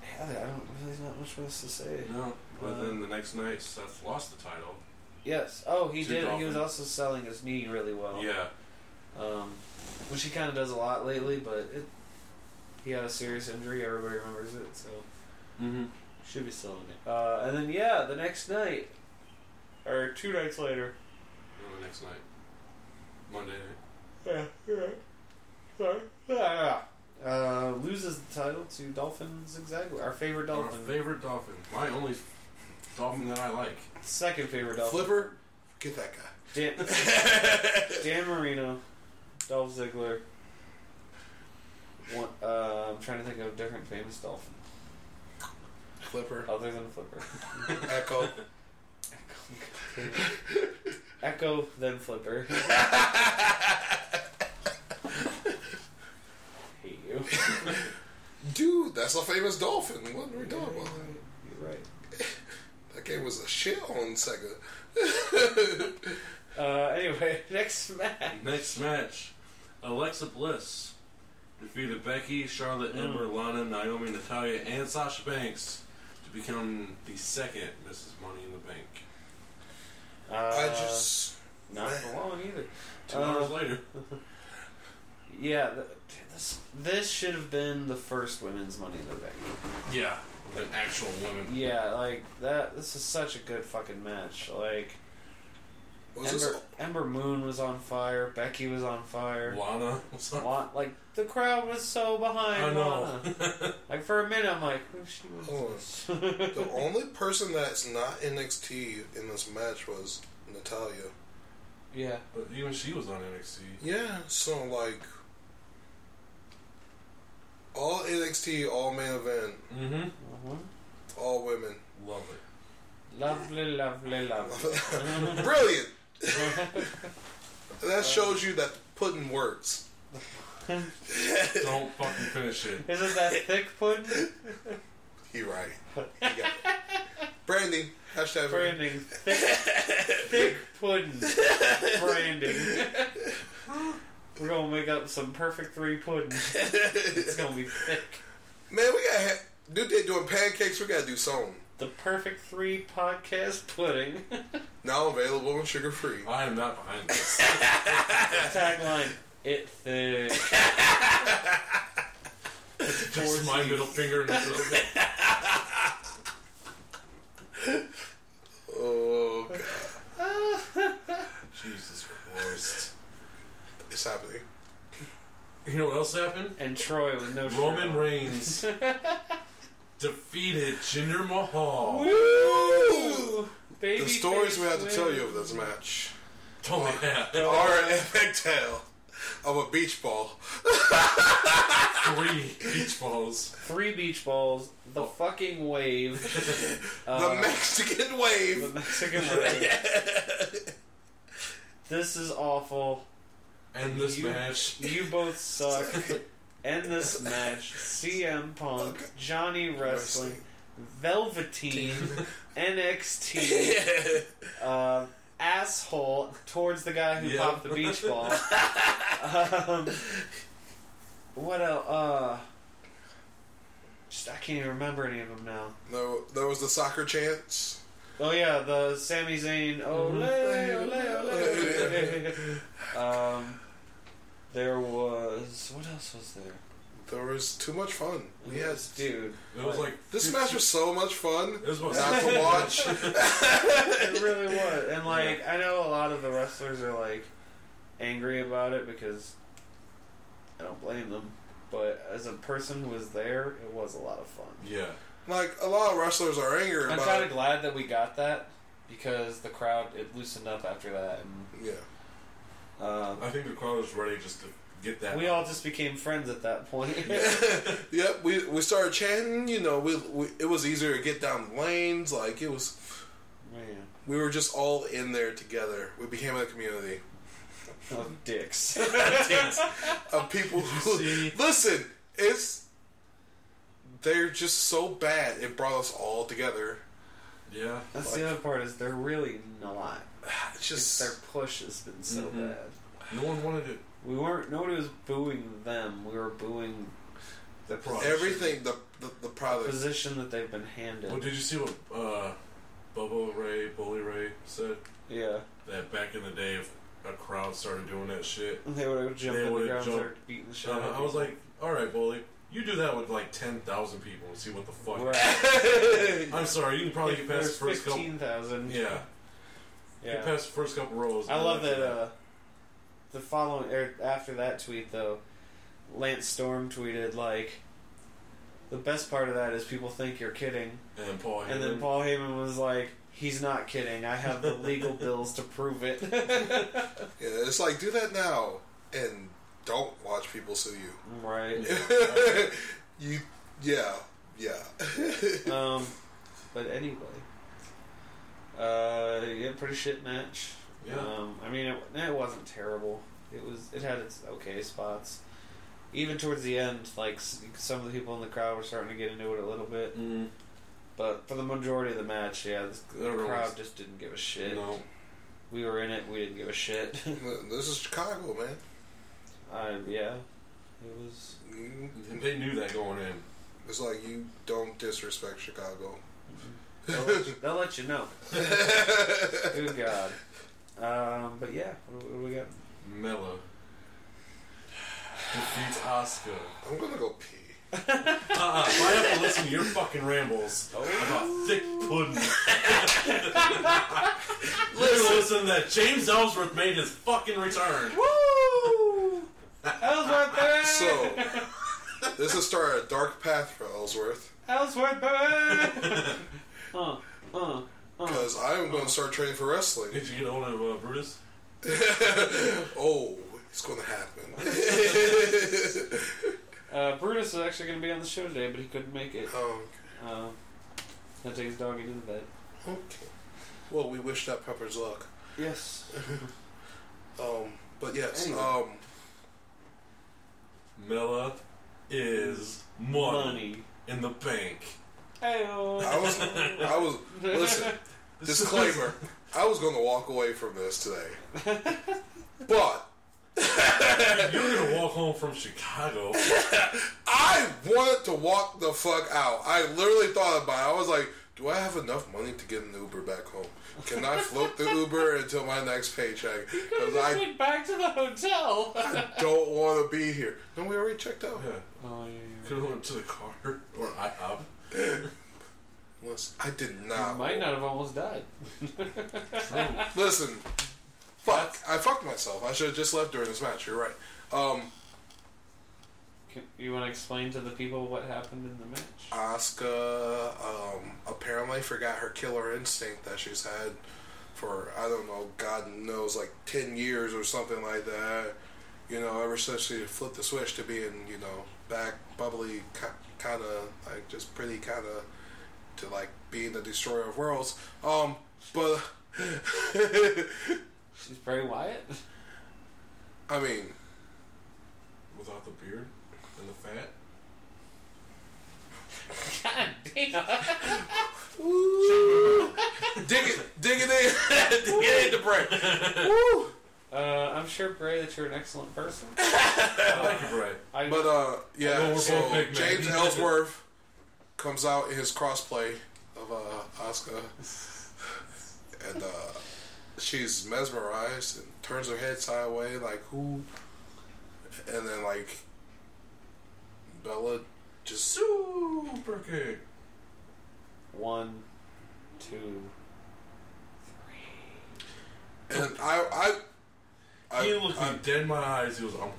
Speaker 1: yeah, I don't really not much else to say.
Speaker 2: No. But
Speaker 1: Uh,
Speaker 2: then the next night, Seth lost the title.
Speaker 1: Yes. Oh, he
Speaker 2: Two
Speaker 1: did. He
Speaker 2: dolphins.
Speaker 1: was also selling his knee really well.
Speaker 2: Yeah.
Speaker 1: Um, which he kind of does a lot lately, but it, he had a serious injury. Everybody remembers it, so
Speaker 2: Mm-hmm.
Speaker 1: should be selling it. Uh, and then yeah, the next night, or two nights later.
Speaker 2: On the next night, Monday night.
Speaker 1: Yeah, you're right. Sorry. Yeah. Uh, loses the title to Dolphin Zigzagler, our favorite
Speaker 2: My
Speaker 1: Dolphin,
Speaker 2: favorite dolphin. My only dolphin that I like.
Speaker 1: second favorite Dolphin.
Speaker 3: Flipper, get that guy.
Speaker 1: Dan, *laughs* Dan Marino, Dolph Ziggler. One, uh, I'm trying to think of a different famous Dolphin
Speaker 3: Flipper,
Speaker 1: other than Flipper.
Speaker 3: Echo.
Speaker 1: *laughs* Echo, then Flipper. Hate you.
Speaker 3: Dude, that's a famous dolphin. What are we talking about?
Speaker 1: You're right.
Speaker 3: That game was a shit on Sega.
Speaker 1: Uh, anyway, *laughs* next match.
Speaker 2: Next match, Alexa Bliss defeated Becky, Charlotte, Ember, Lana, Naomi, Natalia, and Sasha Banks to become the second Mrs. Money in the Bank.
Speaker 1: Uh,
Speaker 3: I just
Speaker 1: Not for long either.
Speaker 2: Two
Speaker 1: Uh,
Speaker 2: hours later,
Speaker 1: Yeah, th- dude, this this should have been the first women's Money in the Bank.
Speaker 2: yeah, an actual woman.
Speaker 1: Yeah, like that. This is such a good fucking match. Like
Speaker 3: was this
Speaker 1: Ember, Ember Moon was on fire. Becky was on fire.
Speaker 2: Lana, *laughs* what's up?
Speaker 1: Lon- like the crowd was so behind.
Speaker 2: I know.
Speaker 1: Lana. Like for a minute, I'm like, who she
Speaker 3: Oh.
Speaker 1: was.
Speaker 3: the only person that's not NXT in this match was Natalia.
Speaker 1: *laughs* yeah,
Speaker 2: *laughs* but even she was on NXT.
Speaker 3: Yeah, so like all NXT, all main event,
Speaker 2: Mm-hmm.
Speaker 1: uh-huh.
Speaker 3: all women. *laughs*
Speaker 2: Love it.
Speaker 1: lovely, lovely, lovely.
Speaker 3: Brilliant.
Speaker 1: Uh,
Speaker 3: That shows you that pudding works.
Speaker 2: Don't fucking finish it.
Speaker 1: Is it that thick pudding?
Speaker 3: He right. He got it.
Speaker 1: *laughs*
Speaker 3: Branding. Hashtag branding.
Speaker 1: Branding thick, thick pudding. Branding. We're gonna make up some perfect three pudding. It's gonna be thick.
Speaker 3: *laughs* Man, we gotta have, dude, they doing pancakes. We gotta do something.
Speaker 1: The perfect three podcast pudding.
Speaker 3: Now available and sugar
Speaker 1: *laughs*
Speaker 3: free.
Speaker 2: I am not behind this.
Speaker 1: Tagline: It thick.
Speaker 2: Just my middle finger. And
Speaker 3: Oh, God.
Speaker 2: Jesus Christ.
Speaker 3: it's happening.
Speaker 2: You know what else happened?
Speaker 1: And Troy with no shirt
Speaker 2: Roman
Speaker 1: on.
Speaker 3: *laughs*
Speaker 2: Reigns defeated Jinder Mahal.
Speaker 3: Woo!
Speaker 1: Baby
Speaker 3: The stories we
Speaker 1: face
Speaker 3: had to tell
Speaker 1: wins.
Speaker 3: you of this match
Speaker 2: Told me that.
Speaker 3: are an epic tale of a beach ball.
Speaker 2: Three beach balls.
Speaker 1: Three beach balls, the fucking wave, uh,
Speaker 3: the Mexican
Speaker 1: the
Speaker 3: wave. *laughs*
Speaker 1: Mexican wave. This is awful.
Speaker 2: End this
Speaker 1: You-
Speaker 2: match.
Speaker 1: You both suck. End this match. CM Punk, Johnny Wrestling,
Speaker 3: *laughs*
Speaker 1: Velveteen,
Speaker 2: *laughs*
Speaker 1: NXT, uh, asshole towards the guy who
Speaker 2: Yeah.
Speaker 1: popped the beach ball. um, what else? Uh, just I can't even remember any of them now.
Speaker 3: No, there was the soccer chants.
Speaker 1: Oh yeah, the Sami Zayn. Ole,
Speaker 3: Mm-hmm.
Speaker 1: ole, ole, ole.
Speaker 3: *laughs*
Speaker 1: um, there was what else was there?
Speaker 3: There was too much fun. We had *laughs*
Speaker 1: dude.
Speaker 2: It was like
Speaker 3: this match was so much fun
Speaker 2: *laughs* It was about
Speaker 3: not
Speaker 2: *laughs*
Speaker 3: to watch.
Speaker 1: It really was, and like I know a lot of the wrestlers are like angry about it because I don't blame them. But as a person who was there, it was a lot of fun.
Speaker 2: Yeah.
Speaker 3: Like a lot of wrestlers are angry
Speaker 1: I'm
Speaker 3: about.
Speaker 1: kind of
Speaker 3: it.
Speaker 1: glad that we got that because the crowd it loosened up after that, and
Speaker 3: Yeah,
Speaker 1: um,
Speaker 2: I think the crowd was ready just to get that.
Speaker 1: we
Speaker 2: *laughs*
Speaker 1: all just became friends at that point.
Speaker 3: *laughs* yep. We we started chanting. You know, we, we it was easier to get down the lanes. Like it was,
Speaker 1: Man,
Speaker 3: we were just all in there together. We became a community
Speaker 1: of dicks.
Speaker 3: of people
Speaker 2: see?
Speaker 3: who listen. It's they're just so bad. It brought us all together. *sighs*
Speaker 2: Yeah.
Speaker 1: *laughs* That's the other part is they're really not.
Speaker 3: It's
Speaker 1: Just
Speaker 3: just
Speaker 1: their push has been so
Speaker 2: Mhm.
Speaker 1: bad.
Speaker 2: No one wanted it.
Speaker 1: We weren't. Nobody was booing them. We were booing the
Speaker 2: Pro-
Speaker 3: everything. The the, the product.
Speaker 1: position that they've been handed.
Speaker 2: Well, did you see what uh, Bubba Ray, Bully Ray said?
Speaker 1: yeah,
Speaker 2: That back in the day, if a crowd started doing that shit,
Speaker 1: they would have jumped
Speaker 2: They
Speaker 1: on the
Speaker 2: would've
Speaker 1: ground, and
Speaker 2: jumped.
Speaker 1: started beating the shit.
Speaker 2: uh,
Speaker 1: out of
Speaker 2: I was
Speaker 1: people.
Speaker 2: like, all right, Bully, you do that with like ten thousand people and see what the fuck. *laughs*
Speaker 1: right.
Speaker 2: I'm sorry, you can probably
Speaker 1: If
Speaker 2: get past the
Speaker 1: there's
Speaker 2: first couple.
Speaker 1: fifteen thousand.
Speaker 2: Yeah, get
Speaker 1: yeah.
Speaker 2: past the first couple rows.
Speaker 1: I
Speaker 2: and
Speaker 1: love
Speaker 2: then
Speaker 1: that. Uh, the following er, after that tweet though, Lance Storm tweeted like, "The best part of that is people think you're kidding."
Speaker 2: and then Paul.
Speaker 1: And then
Speaker 2: Heyman.
Speaker 1: Paul Heyman was like, "He's not kidding. I have the
Speaker 2: *laughs*
Speaker 1: legal bills to prove it."
Speaker 3: Yeah, it's like do that now and don't watch people sue
Speaker 1: right.
Speaker 3: you. *laughs* you, yeah, yeah. *laughs*
Speaker 1: Um, but anyway, uh, yeah, pretty shit match.
Speaker 2: Yeah.
Speaker 1: Um, I mean, it, it wasn't terrible. It was. It had its okay spots. Even towards the end, like s- some of the people in the crowd were starting to get into it a little bit.
Speaker 2: Mm,
Speaker 1: But for the majority of the match, yeah, the,
Speaker 2: There
Speaker 1: the
Speaker 2: was-
Speaker 1: crowd just didn't give a shit.
Speaker 2: no,
Speaker 1: We were in it. We didn't give a shit. *laughs*
Speaker 3: this is Chicago, man.
Speaker 1: I yeah, it was.
Speaker 3: You-
Speaker 2: they knew that going in.
Speaker 3: It's like you don't disrespect Chicago.
Speaker 1: They'll let you, they'll let you know. Good God. Um, but yeah, what, do- what do we got?
Speaker 2: *sighs* Mella defeats Oscar.
Speaker 3: I'm gonna go pee.
Speaker 2: Uh-uh, I have to listen to your fucking rambles about *laughs* thick
Speaker 1: *laughs*
Speaker 2: pudding. Listen, listen to that. James Ellsworth made his fucking return. *laughs*
Speaker 1: Woo! Ellsworth Burn!
Speaker 3: So, this has started a dark path for Ellsworth
Speaker 1: Ellsworth
Speaker 2: *laughs*
Speaker 1: Burn! uh, uh, uh.
Speaker 3: because I am going to start training for wrestling.
Speaker 2: *laughs* Did you get a hold of uh, Brutus?
Speaker 3: *laughs* Oh, it's going to happen. *laughs*
Speaker 1: Uh, Brutus is actually going to be on the show today, but he couldn't make it.
Speaker 3: Um,
Speaker 1: Uh, had to take his doggy to the vet.
Speaker 3: okay. Well, we wish that Pepper's luck.
Speaker 1: Yes.
Speaker 3: Um, but yes.
Speaker 1: Anyway.
Speaker 3: Um.
Speaker 2: Mella is money,
Speaker 1: Money.
Speaker 2: in the bank.
Speaker 3: I
Speaker 1: Ayo.
Speaker 3: was,
Speaker 1: *laughs*
Speaker 3: I was, listen, disclaimer, I was going to walk away from this today. But
Speaker 2: *laughs*
Speaker 3: *laughs*
Speaker 2: You're gonna walk home from
Speaker 3: *laughs*
Speaker 2: Chicago.
Speaker 3: I wanted to walk the fuck out. I literally thought about it. I was like, do I have enough money to get an Uber back home? Can I float the Uber until my next paycheck? Because
Speaker 1: I
Speaker 3: I
Speaker 1: went back to the hotel.
Speaker 3: don't want to be here. No, we already checked out.
Speaker 2: Yeah.
Speaker 1: oh,
Speaker 2: Could have went to the car or IHOP.
Speaker 3: Listen, I did
Speaker 1: yeah.
Speaker 3: not.
Speaker 1: Might not have almost died. *laughs*
Speaker 3: Listen, fuck. I fucked myself. I should have just left during this match. You're right. Um,
Speaker 1: Can, you want to explain to the people what happened in the match?
Speaker 3: Asuka um, apparently forgot her killer instinct that she's had for I don't know, God knows, like ten years or something like that. You know, ever since she flipped the switch to being you know back bubbly, kind of like just pretty, kind of to like being the destroyer of worlds. Um, but *laughs*
Speaker 1: She's Bray Wyatt?
Speaker 3: I mean,
Speaker 2: without the beard and the
Speaker 1: *laughs*
Speaker 2: fat.
Speaker 3: *laughs*
Speaker 1: God damn.
Speaker 3: dig it, dig it in, dig it in the brain. Woo.
Speaker 1: Uh, I'm sure, Bray, that you're an excellent
Speaker 2: *laughs*
Speaker 1: person.
Speaker 2: Thank you, Brad.
Speaker 1: I,
Speaker 3: But uh,
Speaker 2: Although
Speaker 3: yeah,
Speaker 2: we're
Speaker 3: so
Speaker 2: both big men.
Speaker 3: James Ellsworth comes out in his crossplay of uh, Asuka, and uh, she's mesmerized and turns her head sideways like who, and then like Bella just
Speaker 2: Super kick.
Speaker 1: one, two.
Speaker 3: and I I. I,
Speaker 2: He looked
Speaker 3: I-
Speaker 2: me dead in my eyes. He was, I'm, I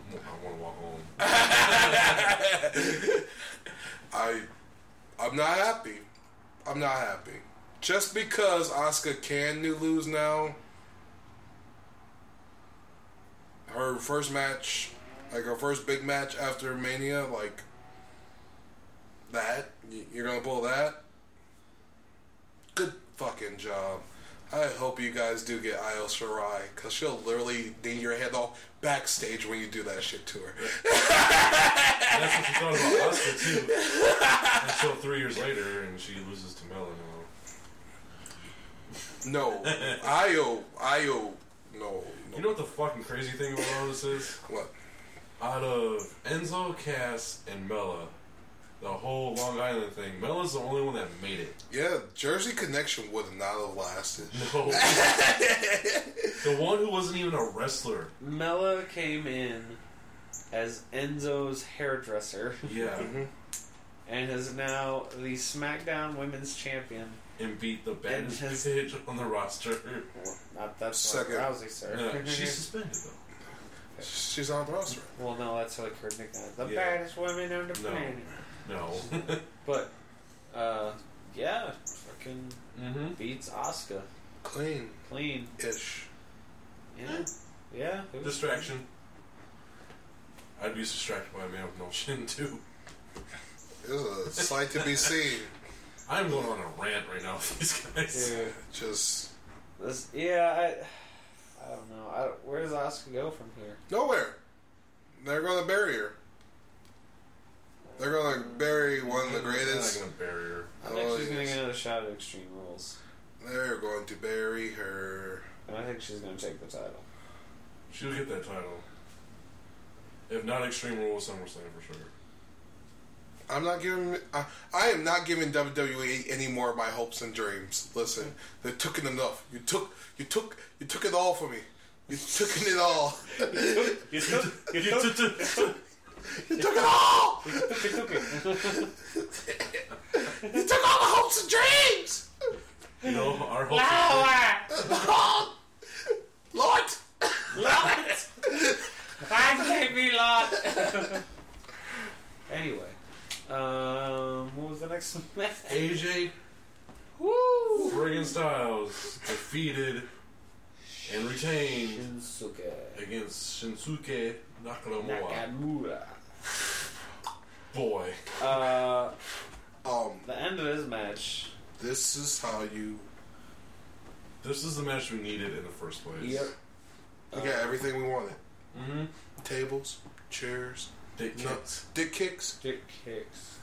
Speaker 2: want to walk home.
Speaker 3: I I'm not happy. I'm not happy. Just because Oscar can do lose now. Her first match, like her first big match after Mania, like that. y- You're gonna pull that. Good fucking job. I hope you guys do get Io Shirai, cause she'll literally ding your head off backstage when you do that shit to her.
Speaker 2: That's what she thought
Speaker 3: *laughs*
Speaker 2: about Oscar too. Until three years later, and she loses to Melon.
Speaker 3: No, Io, Io, no, no.
Speaker 2: You know what the fucking crazy thing about all this is?
Speaker 3: what?
Speaker 2: Out of Enzo, Cass, and Mella, the whole Long Island thing, Mella's the only one that made it. *laughs*
Speaker 3: Yeah, Jersey Connection would not have lasted.
Speaker 2: *laughs* No. the one who wasn't even a wrestler.
Speaker 1: Mela came in as Enzo's hairdresser
Speaker 2: Yeah.
Speaker 1: and is now the SmackDown Women's Champion.
Speaker 2: And beat the baddest
Speaker 1: And his-
Speaker 2: bitch *laughs* on the roster. *laughs*
Speaker 1: Well, not that's
Speaker 3: Second.
Speaker 1: Ronda Rousey, sir. *laughs*
Speaker 2: Yeah, she's suspended though.
Speaker 3: She's on the roster.
Speaker 1: well, no, that's like her nickname. The
Speaker 2: Yeah.
Speaker 1: baddest woman on the
Speaker 2: No.
Speaker 1: planet.
Speaker 2: No.
Speaker 1: But, uh, yeah, fucking
Speaker 2: *laughs* mm-hmm.
Speaker 1: beats Oscar
Speaker 3: Clean
Speaker 1: clean.
Speaker 3: ish.
Speaker 1: Yeah, yeah. it was-
Speaker 2: Distraction. I'd be distracted by a man with no chin too.
Speaker 3: It's a sight to be seen.
Speaker 2: I'm going on a rant right now with these *laughs* guys.
Speaker 1: Dude,
Speaker 3: Just
Speaker 1: this, yeah, I, I don't know. I, where does Oscar go from here?
Speaker 3: nowhere. They're going to bury her. They're going to bury one of the greatest.
Speaker 2: I'm not gonna bury her.
Speaker 1: I think
Speaker 3: Oh,
Speaker 1: she's gonna
Speaker 3: yes.
Speaker 1: get another shot at Extreme Rules,
Speaker 3: They're going to bury her.
Speaker 1: and I think she's gonna take the title.
Speaker 2: She'll get that title. If not Extreme Rules, SummerSlam for sure.
Speaker 3: I'm not giving. I, I am not giving WWE any more of my hopes and dreams. Listen, they took it enough. You took. You took. You took it all from me. You took it all.
Speaker 1: You took, you
Speaker 3: you took it all.
Speaker 1: *laughs* it.
Speaker 3: You took all the hopes and dreams! *laughs*
Speaker 2: you know, our whole
Speaker 3: Lord!
Speaker 1: I can't be lost. *laughs* anyway, um, what was the next match?
Speaker 2: AJ
Speaker 1: Woo!
Speaker 2: friggin' Styles defeated and retained
Speaker 1: Shinsuke
Speaker 2: against Shinsuke Nakamura.
Speaker 1: Nakamura.
Speaker 2: Boy,
Speaker 1: Uh,
Speaker 3: Um,
Speaker 1: the end of this match.
Speaker 3: this is how you
Speaker 2: this is the match we needed in the first place.
Speaker 1: uh,
Speaker 3: we got everything we wanted.
Speaker 2: Mm-hmm.
Speaker 3: Tables, chairs,
Speaker 2: Dick
Speaker 3: No.
Speaker 2: kicks.
Speaker 3: dick kicks,
Speaker 1: Dick kicks.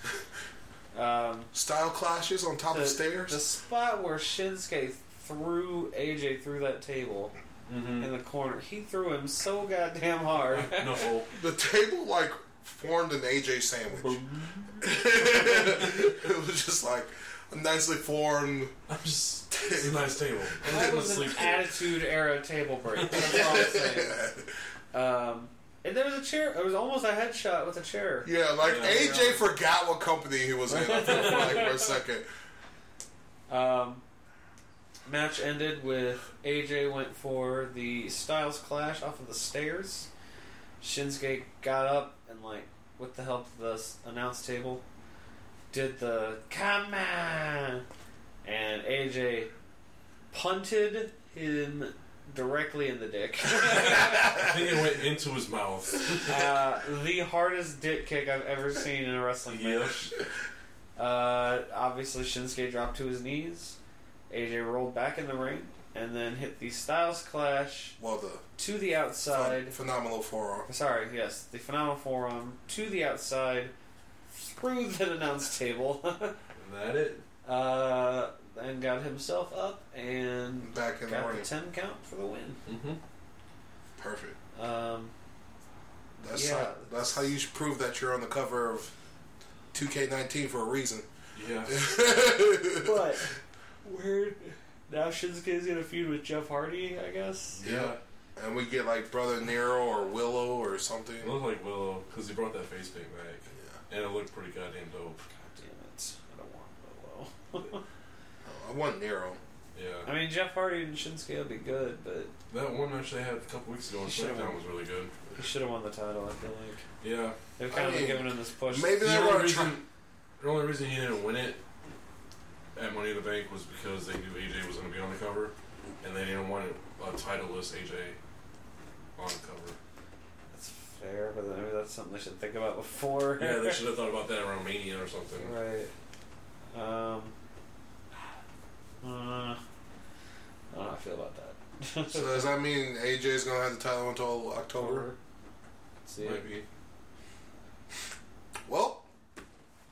Speaker 1: Um,
Speaker 3: style clashes on top
Speaker 1: the,
Speaker 3: of stairs.
Speaker 1: the spot where Shinsuke threw AJ through that table
Speaker 2: Mm-hmm.
Speaker 1: in the corner, he threw him so goddamn *laughs* hard.
Speaker 2: *laughs* No.
Speaker 3: The table like formed an AJ sandwich. *laughs* it was just like a nicely formed.
Speaker 2: I'm just. It's a
Speaker 1: *laughs*
Speaker 2: nice table. I'm
Speaker 1: That
Speaker 2: getting to
Speaker 1: was an
Speaker 2: sleep here.
Speaker 1: attitude era table *laughs* break. That's all I'm saying. Um, and there was a chair. It was almost a headshot with a chair.
Speaker 3: *laughs* Yeah, like
Speaker 2: Yeah.
Speaker 3: AJ forgot what company he was in. I feel like for a second.
Speaker 1: Um, match ended with AJ went for the Styles Clash off of the stairs. Shinsuke got up and like with the help of the s- announce table, did the come on, and AJ punted him directly in the dick. *laughs*
Speaker 2: I think it went into his mouth.
Speaker 1: uh, the hardest dick kick I've ever seen in a wrestling match.
Speaker 2: yep.
Speaker 1: Uh, obviously, Shinsuke dropped to his knees. AJ rolled back in the ring. and then hit the Styles Clash
Speaker 3: Well, the
Speaker 1: to the
Speaker 3: phen-
Speaker 1: outside.
Speaker 3: phenomenal forearm.
Speaker 1: Sorry, yes, the Phenomenal Forum to the outside through the announce table, *laughs*
Speaker 2: Isn't that it?
Speaker 1: uh, and got himself up and
Speaker 3: Back in the
Speaker 1: got
Speaker 3: ring.
Speaker 1: the ten count for the win.
Speaker 2: Mm-hmm.
Speaker 3: Perfect.
Speaker 1: Um,
Speaker 3: That's
Speaker 1: Yeah.
Speaker 3: how, that's how you should prove that you're on the cover of 2K19 for
Speaker 1: *laughs*
Speaker 3: a reason.
Speaker 2: Yeah.
Speaker 1: *laughs* but where now Shinsuke's gonna feud with Jeff Hardy, I guess.
Speaker 2: Yeah.
Speaker 3: *laughs* and we get like Brother Nero or Willow or something.
Speaker 2: It looked like Willow because he brought that face paint back,
Speaker 3: Yeah.
Speaker 2: and it looked pretty goddamn dope.
Speaker 1: God damn it! I don't want *laughs*
Speaker 3: I want Nero.
Speaker 1: Willow.
Speaker 2: Yeah.
Speaker 1: I mean, Jeff Hardy and Shinsuke will be good, but
Speaker 2: That one match they had a couple weeks ago on
Speaker 1: You should've
Speaker 2: SmackDown
Speaker 1: won.
Speaker 2: was really good.
Speaker 1: he should have won the title. I feel like
Speaker 2: Yeah.
Speaker 1: they've kind
Speaker 3: I
Speaker 1: of
Speaker 3: mean,
Speaker 1: been giving him this push.
Speaker 3: Maybe
Speaker 2: The
Speaker 3: they're
Speaker 2: only
Speaker 3: going to try.
Speaker 2: reason- The only reason he didn't win it at Money in the Bank was because they knew AJ was going to be on the cover, and they didn't want a titleless AJ on the cover.
Speaker 1: That's fair, but then maybe that's something they should think about before.
Speaker 2: Yeah, they should have thought about that around Mania or something.
Speaker 1: *laughs* Right. Um. *sighs* uh, I don't know how I feel about that.
Speaker 3: So does that mean AJ's going to have the title until October?
Speaker 1: See,
Speaker 2: Maybe.
Speaker 3: Well,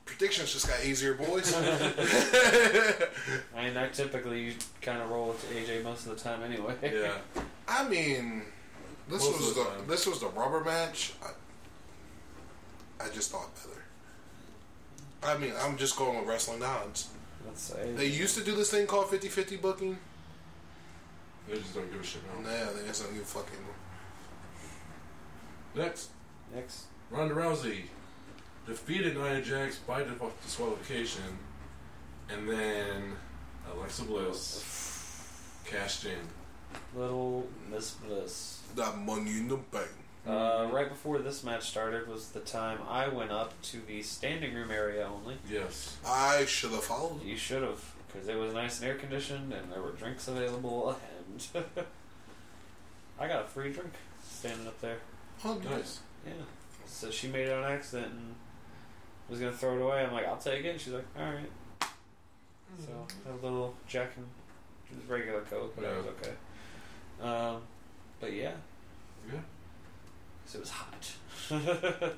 Speaker 3: predictions just got
Speaker 2: *laughs*
Speaker 3: easier, boys.
Speaker 1: I mean, I typically kind of roll with AJ most of the time anyway.
Speaker 2: Yeah.
Speaker 3: I mean, this
Speaker 2: Most
Speaker 3: was
Speaker 2: of the
Speaker 3: the,
Speaker 2: time.
Speaker 3: this was the rubber match. I, I just thought better. I mean, I'm just going with wrestling odds.
Speaker 1: *laughs* Let's say
Speaker 3: They used to do this thing called 50-50 booking.
Speaker 2: They just don't give a shit now.
Speaker 3: Nah, they just don't give a fucking.
Speaker 2: Next,
Speaker 1: next.
Speaker 2: Ronda Rousey defeated Nia Jax by defa- disqualification, and then Alexa Bliss cashed in.
Speaker 1: Little Miss Bliss.
Speaker 3: That money in the bank.
Speaker 1: Uh, right before this match started was the time I went up to the standing room area only.
Speaker 2: Yes.
Speaker 3: I should have followed.
Speaker 1: You should have, because it was nice and air conditioned, and there were drinks available, and *laughs* I got a free drink standing up there.
Speaker 3: Oh,
Speaker 2: Nice.
Speaker 1: Yeah. So she made it on accident and was gonna throw it away. I'm like, I'll take it. And she's like, all right. So had a little Jack and just regular Coke, but that was okay. Um, but yeah,
Speaker 2: Yeah.
Speaker 1: so it was hot. *laughs*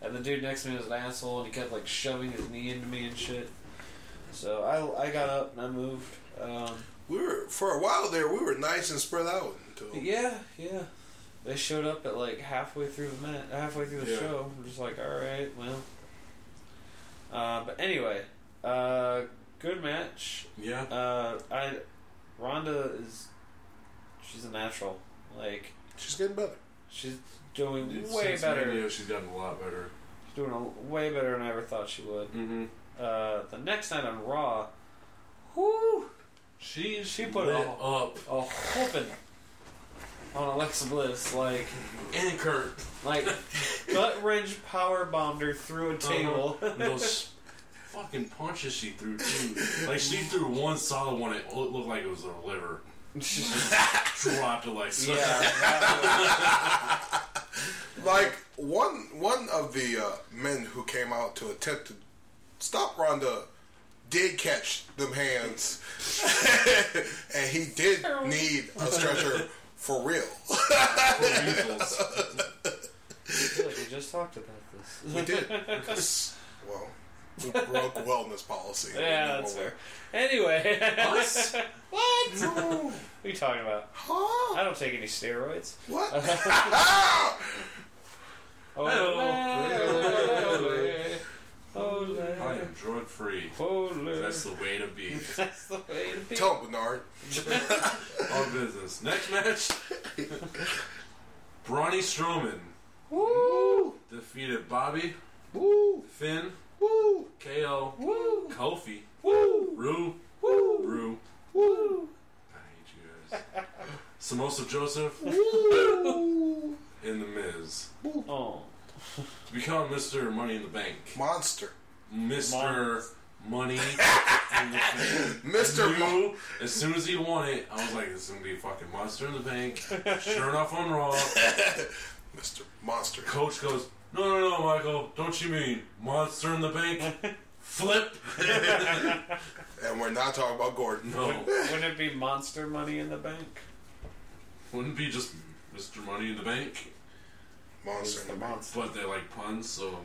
Speaker 1: and the dude next to me was an asshole, and he kept like shoving his knee into me and shit. So I I got up and I moved. Um,
Speaker 3: We were for a while there. We were nice and spread out until
Speaker 1: Yeah, yeah. They showed up at like halfway through the minute, halfway through the
Speaker 2: Yeah.
Speaker 1: show. I'm just like, all right, well. Uh, but anyway, uh, good match.
Speaker 2: Yeah.
Speaker 1: Uh, I Rhonda is she's a natural. Like
Speaker 3: she's getting better.
Speaker 1: she's doing
Speaker 2: It's-
Speaker 1: way
Speaker 2: since
Speaker 1: better.
Speaker 2: Mania, she's gotten a lot better.
Speaker 1: She's doing a, way better than I ever thought she would.
Speaker 2: Mm-hmm.
Speaker 1: Uh, the next night on Raw, whoo,
Speaker 2: She
Speaker 1: She put
Speaker 2: lit
Speaker 1: it
Speaker 2: up
Speaker 1: a whooping on Alexa Bliss. Like
Speaker 2: and Kurt.
Speaker 1: Like gut wrench power bombed her through a *laughs* table.
Speaker 2: And those fucking punches she threw too. Like she threw one solid one. It lo- looked like it was her liver. Dropped it like so.
Speaker 1: yeah, that
Speaker 3: Like one one of the uh, men who came out to attempt to stop Ronda did catch them hands, *laughs* and he did need a stretcher for real.
Speaker 2: For *laughs* measles.
Speaker 1: was- I feel like we just talked about this.
Speaker 3: We did. Because, well, we broke wellness policy.
Speaker 1: Yeah, that's fair. Anyway, *laughs*
Speaker 2: Us?
Speaker 3: What?
Speaker 1: what are you talking about?
Speaker 3: Huh?
Speaker 1: I don't take any steroids.
Speaker 3: What?
Speaker 1: *laughs* Oh, Ole, ole,
Speaker 2: I am drug free.
Speaker 1: ole.
Speaker 2: That's the way to be.
Speaker 1: That's the way to be.
Speaker 3: Tell him, Bernard.
Speaker 2: All business. Next match. Bronny Strowman
Speaker 3: Woo!
Speaker 2: defeated Bobby,
Speaker 3: Woo!
Speaker 2: Finn,
Speaker 3: Woo!
Speaker 2: KO,
Speaker 1: Woo,
Speaker 2: Kofi,
Speaker 1: woo,
Speaker 2: Rue,
Speaker 1: woo,
Speaker 2: Rue.
Speaker 1: woo.
Speaker 2: I hate you guys. *laughs* Samosa Joseph
Speaker 3: Woo!
Speaker 2: and The Miz.
Speaker 1: Oh,
Speaker 2: To become Mr. Money in the Bank.
Speaker 3: Monster.
Speaker 2: Mr. Money in the Bank.
Speaker 3: Mr. Mon-
Speaker 2: Knew as soon as he won it, I was like, this is going to be a fucking Monster in the Bank. Sure enough, on Raw,
Speaker 3: Mr. Monster.
Speaker 2: Coach goes, no, no, no, Michael, don't you mean Monster in the Bank?
Speaker 4: Flip.
Speaker 2: *laughs*
Speaker 3: And we're not talking about Gordon.
Speaker 2: No,
Speaker 1: Wouldn't it be monster money in the bank?
Speaker 2: wouldn't be just Mr. Money in the Bank,
Speaker 3: Monster. in the Bank.
Speaker 2: but they like puns, so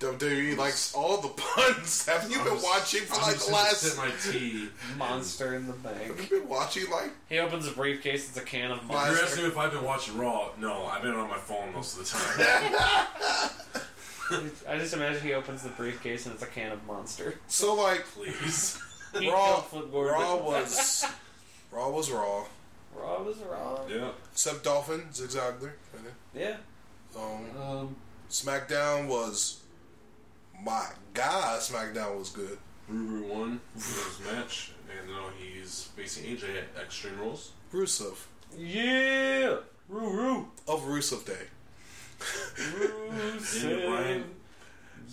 Speaker 3: WWE E likes all the puns. *laughs* Have you
Speaker 2: I'm
Speaker 3: been
Speaker 2: just-
Speaker 3: watching for
Speaker 2: I'm
Speaker 3: like
Speaker 2: just
Speaker 3: the
Speaker 2: gonna
Speaker 3: last?
Speaker 2: sip my tea.
Speaker 1: Monster in the
Speaker 3: *laughs* Have
Speaker 1: bank.
Speaker 3: you been watching like
Speaker 1: He opens a briefcase. It's a can of
Speaker 3: My-
Speaker 2: You're
Speaker 1: monster.
Speaker 2: asking if I've been watching Raw? No, I've been on my phone most of the
Speaker 3: *laughs*
Speaker 2: time.
Speaker 1: I just imagine he opens the briefcase and it's a can of monster.
Speaker 3: so like
Speaker 2: Please.
Speaker 1: He
Speaker 3: *laughs* Raw?
Speaker 1: killed Flip Gordon.
Speaker 3: Raw was *laughs* Raw was Raw.
Speaker 1: Raw was raw.
Speaker 2: Yeah.
Speaker 3: Except Dolphin Zig Zagler. right
Speaker 1: Yeah.
Speaker 3: there. Um,
Speaker 1: Um,
Speaker 3: SmackDown was my God. SmackDown was good.
Speaker 2: Ruru won his match, and now he's facing AJ at Extreme Rules.
Speaker 3: Rusev
Speaker 1: yeah. Roo roo.
Speaker 3: of Rusev Day. *laughs*
Speaker 2: Daniel Bryan.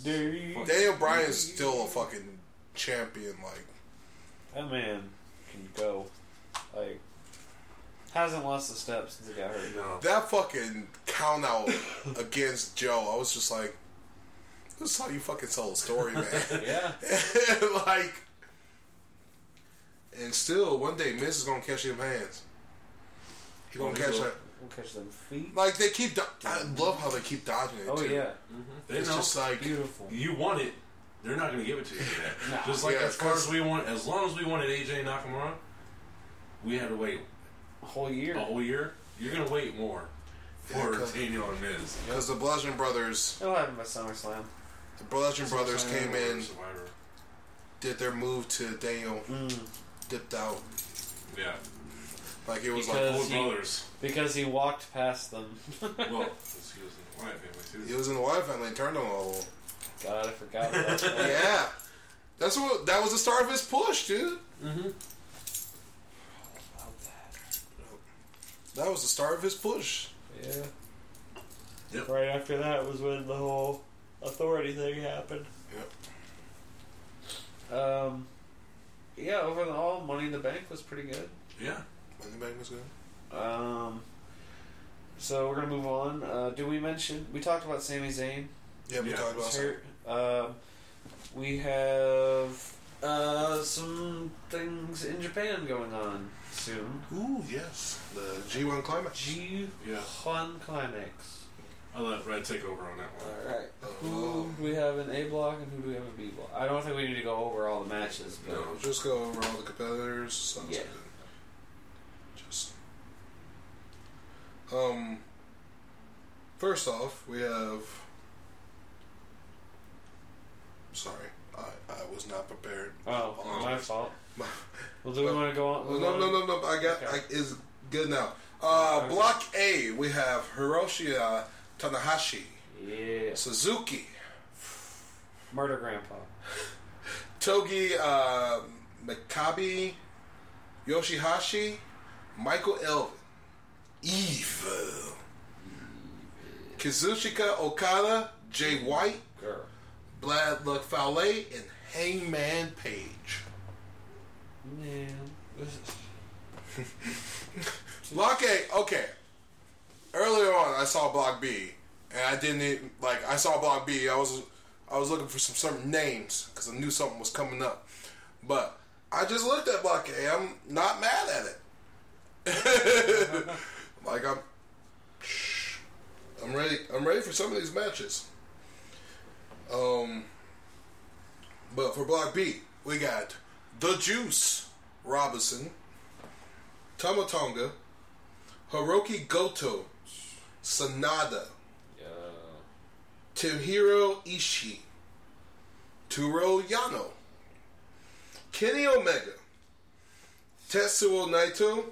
Speaker 1: Dude.
Speaker 3: Daniel Bryan's still a fucking champion. Like
Speaker 1: That man can go. Like, hasn't lost a step since he got hurt.
Speaker 3: *laughs*
Speaker 2: No.
Speaker 3: that fucking
Speaker 2: *laughs*
Speaker 3: count out against Joe. I was just like, this is how you fucking tell a
Speaker 2: *laughs*
Speaker 3: story, man.
Speaker 1: Yeah.
Speaker 3: *laughs* like, and still, one day Miz is gonna catch them hands. He gonna
Speaker 2: Oh,
Speaker 3: catch
Speaker 2: he will.
Speaker 3: that.
Speaker 1: We'll catch them feet.
Speaker 3: Like they keep. Do- I love how they keep dodging it.
Speaker 1: Oh,
Speaker 3: too.
Speaker 1: yeah.
Speaker 2: Mm-hmm. They
Speaker 3: It's
Speaker 2: know.
Speaker 3: just like
Speaker 1: Beautiful.
Speaker 2: you want it, they're not going to give it to you. Like that.
Speaker 1: Nah.
Speaker 2: Just like
Speaker 3: Yeah,
Speaker 2: as far
Speaker 3: cause-
Speaker 2: as we want, as long as we wanted AJ Nakamura, we had to wait
Speaker 1: A whole year.
Speaker 2: a whole year. You're going to wait more for
Speaker 3: Yeah, 'cause-
Speaker 2: Daniel and Miz.
Speaker 3: because the Bludgeon Brothers,
Speaker 1: It'll happen by SummerSlam.
Speaker 3: the Bludgeon Brothers came in,
Speaker 2: Survivor.
Speaker 3: did their move to Daniel,
Speaker 1: Mm.
Speaker 3: dipped out.
Speaker 2: Yeah,
Speaker 3: Like it was
Speaker 1: Because-
Speaker 2: old
Speaker 1: he-
Speaker 2: brothers.
Speaker 1: Because he walked past them. *laughs*
Speaker 2: Well, excuse me, Wyatt family
Speaker 3: like
Speaker 2: too.
Speaker 3: it was in the Wyatt family and turned on all of them.
Speaker 1: God, I forgot about *laughs* that.
Speaker 3: Yeah, that's what that was the start of his push, dude.
Speaker 1: Mm-hmm. About that.
Speaker 3: That was the start of his push.
Speaker 1: Yeah.
Speaker 2: Yep.
Speaker 1: Right after that was when the whole authority thing happened. Um, yeah, overall, Money in the Bank was pretty good.
Speaker 2: Yeah,
Speaker 3: Money Bank was good.
Speaker 1: Um, so we're going to move on. Uh, did we mention, we talked about Sami Zayn.
Speaker 3: Yeah, we
Speaker 2: Yeah,
Speaker 3: talked about
Speaker 1: was
Speaker 3: that.
Speaker 1: hurt. Um, we have uh, some things in Japan going on soon.
Speaker 3: Ooh, yes, the G1 climax.
Speaker 1: G
Speaker 2: Yeah.
Speaker 1: Juan Climax.
Speaker 2: I'll let Red take over on that one.
Speaker 1: Alright. Who do we have in A block and who do we have in B block? I don't think we need to go over all the matches, but
Speaker 2: No.
Speaker 3: Just go over all the competitors. Sounds
Speaker 1: Yeah.
Speaker 3: good. Just. Um. First off, we have. Sorry, I, I was not prepared.
Speaker 1: Oh, my fault. Well, do we
Speaker 3: Well,
Speaker 1: want to go on?
Speaker 3: No, no, no, no. I got
Speaker 1: Okay.
Speaker 3: I, is good now. Uh,
Speaker 1: Okay.
Speaker 3: Block A, we have Hiroshi uh, Tanahashi,
Speaker 1: Yeah.
Speaker 3: Suzuki,
Speaker 1: Murder Grandpa.
Speaker 3: Togi uh, Makabe, Yoshihashi, Michael Elvin, Evil, Kazuchika Okada, Jay White,
Speaker 1: Girl.
Speaker 3: Blad Luck Fale, and Hangman Page.
Speaker 1: Man.
Speaker 3: Block A, okay. Earlier on, I saw Block B, and I didn't even- like. I saw Block B. I was I was looking for some certain names because I knew something was coming up, but I just looked at Block A. I'm not mad at it. *laughs* like I'm, I'm ready. I'm ready for some of these matches. Um, but for Block B, we got the Juice Robinson. Tamatonga, Hiroki Goto, Sanada,
Speaker 1: Yeah.
Speaker 3: Tohiro Ishii, Turo Yano, Kenny Omega, Tetsuo Naito,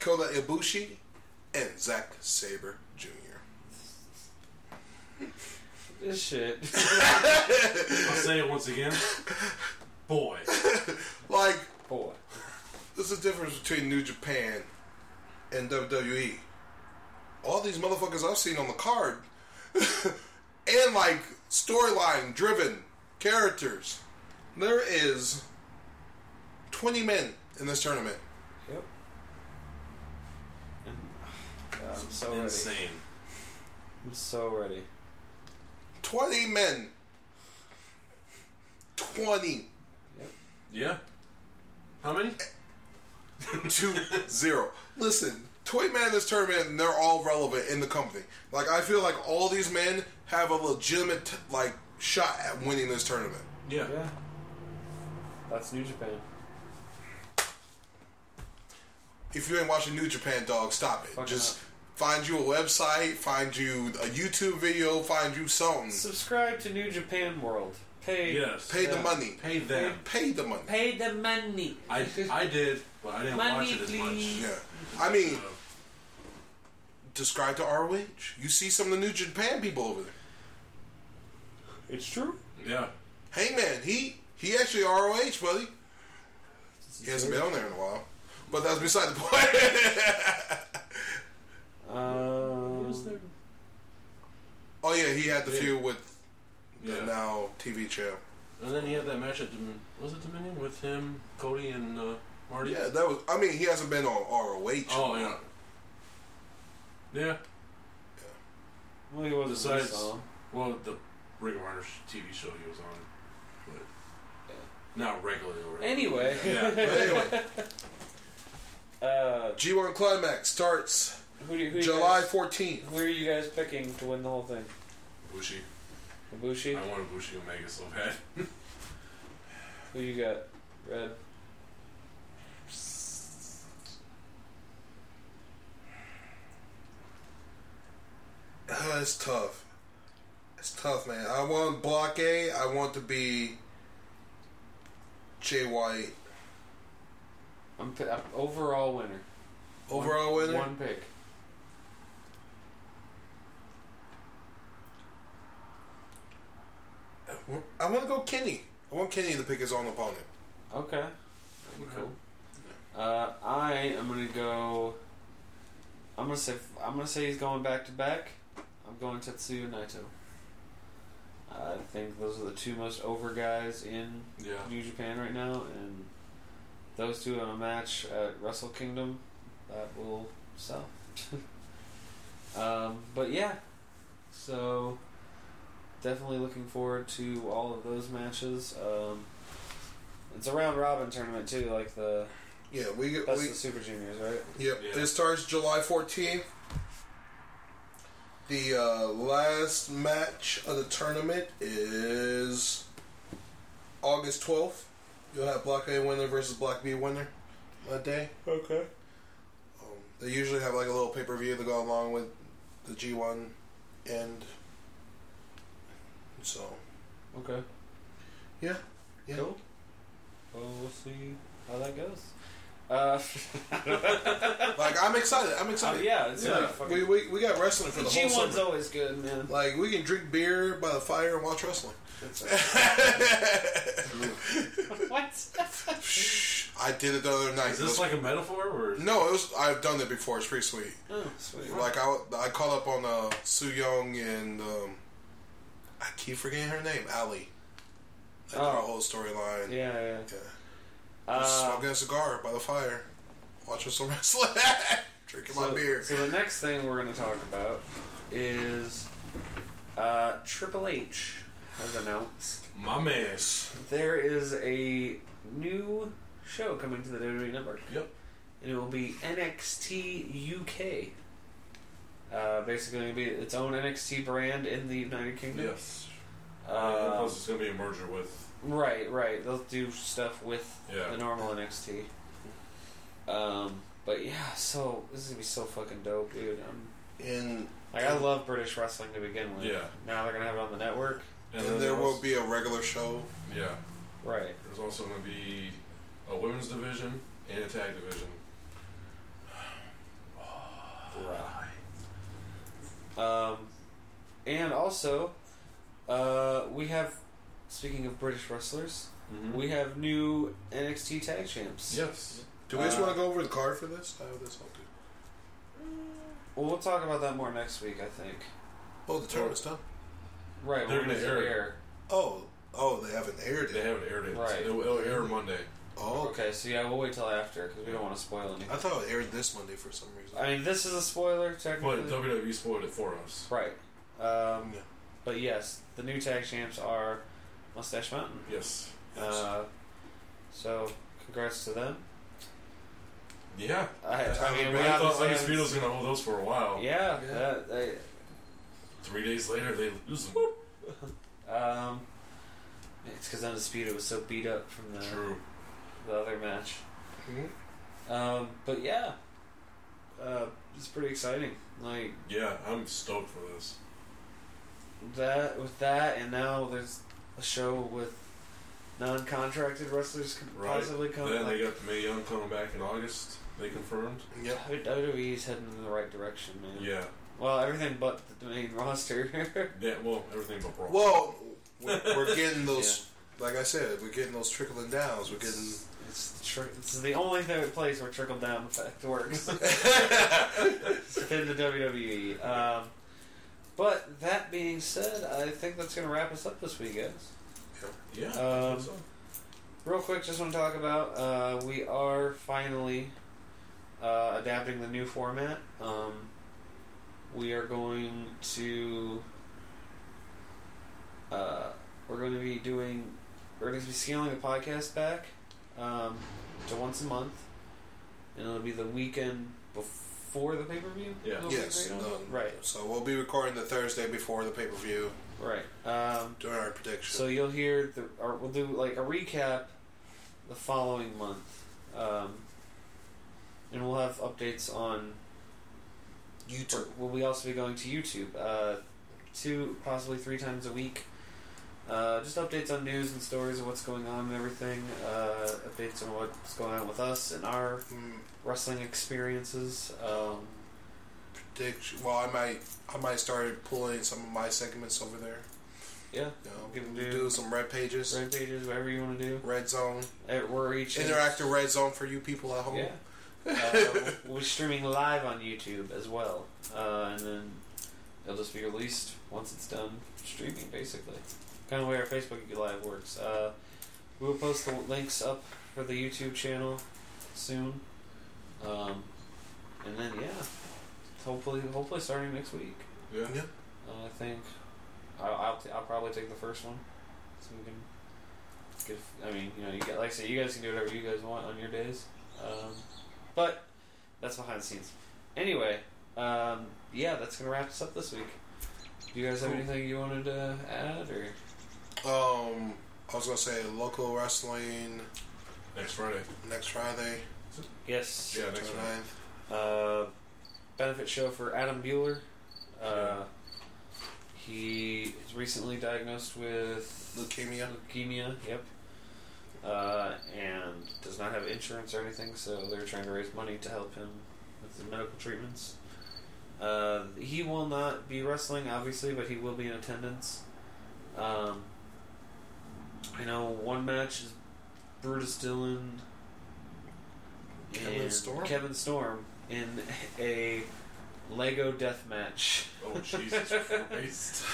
Speaker 3: Kota Ibushi, and Zack Sabre Jr.
Speaker 1: This shit. *laughs*
Speaker 2: I'll say it once again. Boy,
Speaker 3: Like,
Speaker 1: Boy.
Speaker 3: this is the difference between New Japan and WWE. All these motherfuckers I've seen on the card, *laughs* and like storyline driven characters. There is 20 men in this tournament.
Speaker 1: Yep. *sighs* And, God, I'm so ready.
Speaker 2: insane.
Speaker 1: I'm so ready.
Speaker 3: 20 men. twenty
Speaker 2: Yeah. How many?
Speaker 3: to zero. Listen, Toy Madness tournament, and they're all relevant in the company. Like I feel like all these men have a legitimate like shot at winning this tournament.
Speaker 2: Yeah.
Speaker 1: Yeah. That's New Japan.
Speaker 3: If you ain't watching New Japan, dog, stop it.
Speaker 1: Fuck
Speaker 3: Just
Speaker 1: it
Speaker 3: find you a website, find you a YouTube video, find you something.
Speaker 1: Subscribe to New Japan World. Pay.
Speaker 2: Yes.
Speaker 3: Pay the
Speaker 1: Yeah.
Speaker 3: money.
Speaker 2: Pay them.
Speaker 3: Pay the money.
Speaker 1: Pay the money.
Speaker 2: I, I did, but I didn't watch
Speaker 1: Money,
Speaker 2: it as
Speaker 1: please.
Speaker 2: much.
Speaker 3: Yeah, I mean, describe to ROH. You see some of the New Japan people over there.
Speaker 1: It's true.
Speaker 2: Yeah.
Speaker 3: Hangman, he he actually ROH, buddy. He hasn't been on there in a while, but that's beside the point. *laughs*
Speaker 1: Um,
Speaker 3: oh yeah, he had the
Speaker 2: Yeah.
Speaker 3: feud with the
Speaker 2: Yeah.
Speaker 3: now TV champ.
Speaker 2: And then he had that match at Domin- was it Dominion with him, Cody, and uh, Marty.
Speaker 3: Yeah, that was. I mean, he hasn't been on ROH.
Speaker 2: Oh yeah. Yeah.
Speaker 1: well, he wasn't
Speaker 2: Besides-
Speaker 1: Esau.
Speaker 2: Well, the Ring of Honor sh- TV show he was on, but not regularly. or-
Speaker 1: Anyway. *laughs*
Speaker 2: Yeah.
Speaker 3: But anyway,
Speaker 1: Uh,
Speaker 3: G1 Climax starts
Speaker 1: who do you, who do
Speaker 3: July
Speaker 1: You guys,
Speaker 3: 14th.
Speaker 1: who are you guys picking to win the whole thing?
Speaker 2: Bushi. I
Speaker 1: Ibushi.
Speaker 2: want a Bushi Omega so bad.
Speaker 1: Who you got? Red.
Speaker 3: Uh, *sighs* it's tough. It's tough, man. I want Block A. I want to be Jay White.
Speaker 1: I'm, pi- I'm overall winner.
Speaker 3: Overall winner?
Speaker 1: One pick.
Speaker 3: I want to go Kenny. I want Kenny to pick his own opponent.
Speaker 1: Okay. That'd be cool. Uh, I am gonna go. I'm gonna say I'm gonna say he's going back to back. I'm going Tetsuya Naito. I think those are the two most over guys in
Speaker 2: Yeah.
Speaker 1: New Japan right now, and those two in a match at Wrestle Kingdom that will sell. *laughs* um, but yeah, so definitely looking forward to all of those matches. Um, it's a round robin tournament too, like the
Speaker 3: Yeah, we get.
Speaker 1: that's
Speaker 3: We,
Speaker 1: the Super Juniors, right?
Speaker 3: yep.
Speaker 2: Yeah.
Speaker 3: It starts July 14th. The uh, last match of the tournament is August 12th. You'll have Block A winner versus Block B winner that day.
Speaker 1: Okay.
Speaker 3: Um, they usually have like a little pay per view to go along with the G1 end. So,
Speaker 1: Okay.
Speaker 3: Yeah. Yeah.
Speaker 1: Cool. Well, we'll see how that goes. Uh, *laughs*
Speaker 3: like, I'm excited. I'm excited.
Speaker 1: yeah, it's
Speaker 2: Yeah.
Speaker 1: really fucking-
Speaker 3: We, we, we got wrestling for the, whole
Speaker 1: G1's
Speaker 3: summer.
Speaker 1: always good, man.
Speaker 3: *laughs* Like we can drink beer by the fire and watch wrestling. *laughs*
Speaker 1: what? *laughs*
Speaker 3: Shh, I did it the other night.
Speaker 2: Is this like a metaphor or?
Speaker 3: no, it was I've done it before. It's pretty sweet.
Speaker 1: Oh, sweet.
Speaker 3: Like I, I called up on uh, Soo Young and um, I keep forgetting her name, Ali. Like
Speaker 1: Oh.
Speaker 3: our whole storyline.
Speaker 1: Yeah, yeah.
Speaker 3: Yeah.
Speaker 1: Uh,
Speaker 3: Smoking a cigar by the fire, watching some *laughs* wrestling, drinking my
Speaker 1: so,
Speaker 3: beer.
Speaker 1: so the next thing we're going to talk about is uh, Triple H has announced
Speaker 2: My man.
Speaker 1: there is a new show coming to the WWE Network,
Speaker 2: Yep.
Speaker 1: and it will be NXT UK. Uh, basically, going to be its own NXT brand in the United Kingdom.
Speaker 2: Yes. and
Speaker 1: Uh,
Speaker 2: plus, it's gonna be a merger with.
Speaker 1: right, right. They'll do stuff with
Speaker 2: Yeah.
Speaker 1: the normal NXT. Um, but yeah, so this is gonna be so fucking dope, dude. i
Speaker 3: And
Speaker 1: like, I love British wrestling to begin with.
Speaker 2: Yeah.
Speaker 1: Now they're gonna have it on the network.
Speaker 3: and,
Speaker 2: then
Speaker 3: there will
Speaker 2: was-
Speaker 3: be a regular show.
Speaker 2: Yeah.
Speaker 1: Right.
Speaker 2: There's also gonna be a women's division and a tag division.
Speaker 1: Um, and also, uh, we have. Speaking of British wrestlers,
Speaker 2: Mm-hmm.
Speaker 1: we have new NXT tag champs.
Speaker 2: Yes.
Speaker 3: Do we just
Speaker 1: Uh,
Speaker 3: want to go over the card for this? I have this all good.
Speaker 1: Well, we'll talk about that more next week, I think.
Speaker 3: Oh, the tournament's done.
Speaker 1: Right.
Speaker 2: They're
Speaker 1: when
Speaker 2: gonna
Speaker 1: does it
Speaker 2: air it.
Speaker 3: Oh, oh, they haven't aired
Speaker 2: They
Speaker 3: it.
Speaker 2: haven't aired it. so
Speaker 1: Right.
Speaker 2: it'll, it'll air Monday.
Speaker 3: Oh, okay.
Speaker 1: Okay, so yeah, we'll wait till after because we don't want to spoil anything.
Speaker 3: I thought it aired this Monday for some reason.
Speaker 1: I mean, this is a spoiler technically.
Speaker 2: But WWE spoiled it for us.
Speaker 1: Right. Um,
Speaker 3: Yeah.
Speaker 1: But yes, the new tag champs are Mustache Mountain,
Speaker 2: Yes.
Speaker 1: Uh, so congrats to them.
Speaker 2: Yeah.
Speaker 1: I, I
Speaker 3: Tyler
Speaker 1: mean, we
Speaker 2: I thought
Speaker 1: obviously
Speaker 2: Undisputed was
Speaker 1: haven't-
Speaker 2: going to hold those for a while.
Speaker 1: Yeah,
Speaker 5: Yeah.
Speaker 1: that- they-
Speaker 2: Three days later, they lose them.
Speaker 1: um, it's because Undisputed was so beat up from the,
Speaker 2: True.
Speaker 1: the other match. Um, but yeah, uh, it's pretty exciting. Like
Speaker 2: Yeah, I'm stoked for this.
Speaker 1: that with that, and now there's a show with non-contracted wrestlers could
Speaker 2: Right.
Speaker 1: possibly come.
Speaker 2: then
Speaker 1: like,
Speaker 2: they got May Young coming back in August. They confirmed.
Speaker 3: Yep.
Speaker 1: uh, WWE's E heading in the right direction, man.
Speaker 2: Yeah.
Speaker 1: Well, everything but the main *laughs* roster.
Speaker 2: Yeah. Well, everything but Raw.
Speaker 3: Well,
Speaker 1: *laughs*
Speaker 3: we're, we're getting those. Like I said, we're getting those trickling downs. We're getting.
Speaker 1: it's, it's, the tri- it's the only thing place where trickle down effect
Speaker 2: *laughs*
Speaker 1: works. it's been the WWE. Um, but that being said, I think that's going to wrap us up this week, guys.
Speaker 2: yeah.
Speaker 1: um,
Speaker 2: so.
Speaker 1: Real quick, just want to talk about uh, we are finally uh, adapting the new format. Um, we are going to uh, we're going to be doing we're going to be scaling the podcast back um, to once a month, and it'll be the weekend before the pay per view.
Speaker 2: Yeah.
Speaker 3: yes. um,
Speaker 1: Right.
Speaker 3: So we'll be recording the Thursday before the pay per view
Speaker 1: Right. Um,
Speaker 3: doing our prediction.
Speaker 1: So you'll hear the, or we'll do like a recap the following month, um, and we'll have updates on.
Speaker 3: YouTube.
Speaker 1: Will we also be going to YouTube? Uh, two, possibly three times a week. Uh, just updates on news and stories of what's going on and everything. Uh, updates on what's going on with us and our
Speaker 3: Mm,
Speaker 1: wrestling experiences. Um,
Speaker 3: prediction. Well, I might. I might start pulling some of my segments over there.
Speaker 1: yeah,
Speaker 3: You
Speaker 1: We
Speaker 3: know,
Speaker 1: can
Speaker 3: do,
Speaker 1: do-
Speaker 3: some red pages, red,
Speaker 1: red pages, whatever you want to do.
Speaker 3: zone,
Speaker 1: Uh, We're each
Speaker 3: interactive red zone for you people at home.
Speaker 1: Yeah. Uh, we'll be streaming live on YouTube as well. Uh, and then it'll just be released once it's done streaming, basically. Kind of way our Facebook Live works. Uh, we'll post the links up for the YouTube channel soon. Um, and then, yeah. Hopefully, hopefully starting next week.
Speaker 2: Yeah.
Speaker 3: Yeah.
Speaker 1: Uh, I think I'll, I'll, t- I'll probably take the first one. So we can get, I mean, you know, you get, like I said, you guys can do whatever you guys want on your days. Um, but that's behind the scenes. Anyway, um, yeah, that's going to wrap us up this week. Do you guys have
Speaker 3: Cool.
Speaker 1: anything you wanted to add? or
Speaker 3: Um, I was gonna say local wrestling
Speaker 2: Next Friday.
Speaker 3: next Friday,
Speaker 1: Yes.
Speaker 2: Yeah. Next Friday.
Speaker 3: 29th.
Speaker 1: Uh, benefit show for Adam Bueller. Uh,
Speaker 2: Yeah.
Speaker 1: he is recently diagnosed with
Speaker 3: Leukemia.
Speaker 1: leukemia, yep. Uh, and does not have insurance or anything, so they're trying to raise money to help him with his medical treatments. Uh, he will not be wrestling, obviously, but he will be in attendance. Um, I know one match is Brutus Dillon
Speaker 3: Kevin
Speaker 1: and
Speaker 3: Storm?
Speaker 1: Kevin Storm in a Lego death match.
Speaker 2: Oh
Speaker 1: *laughs*
Speaker 2: Jesus Christ!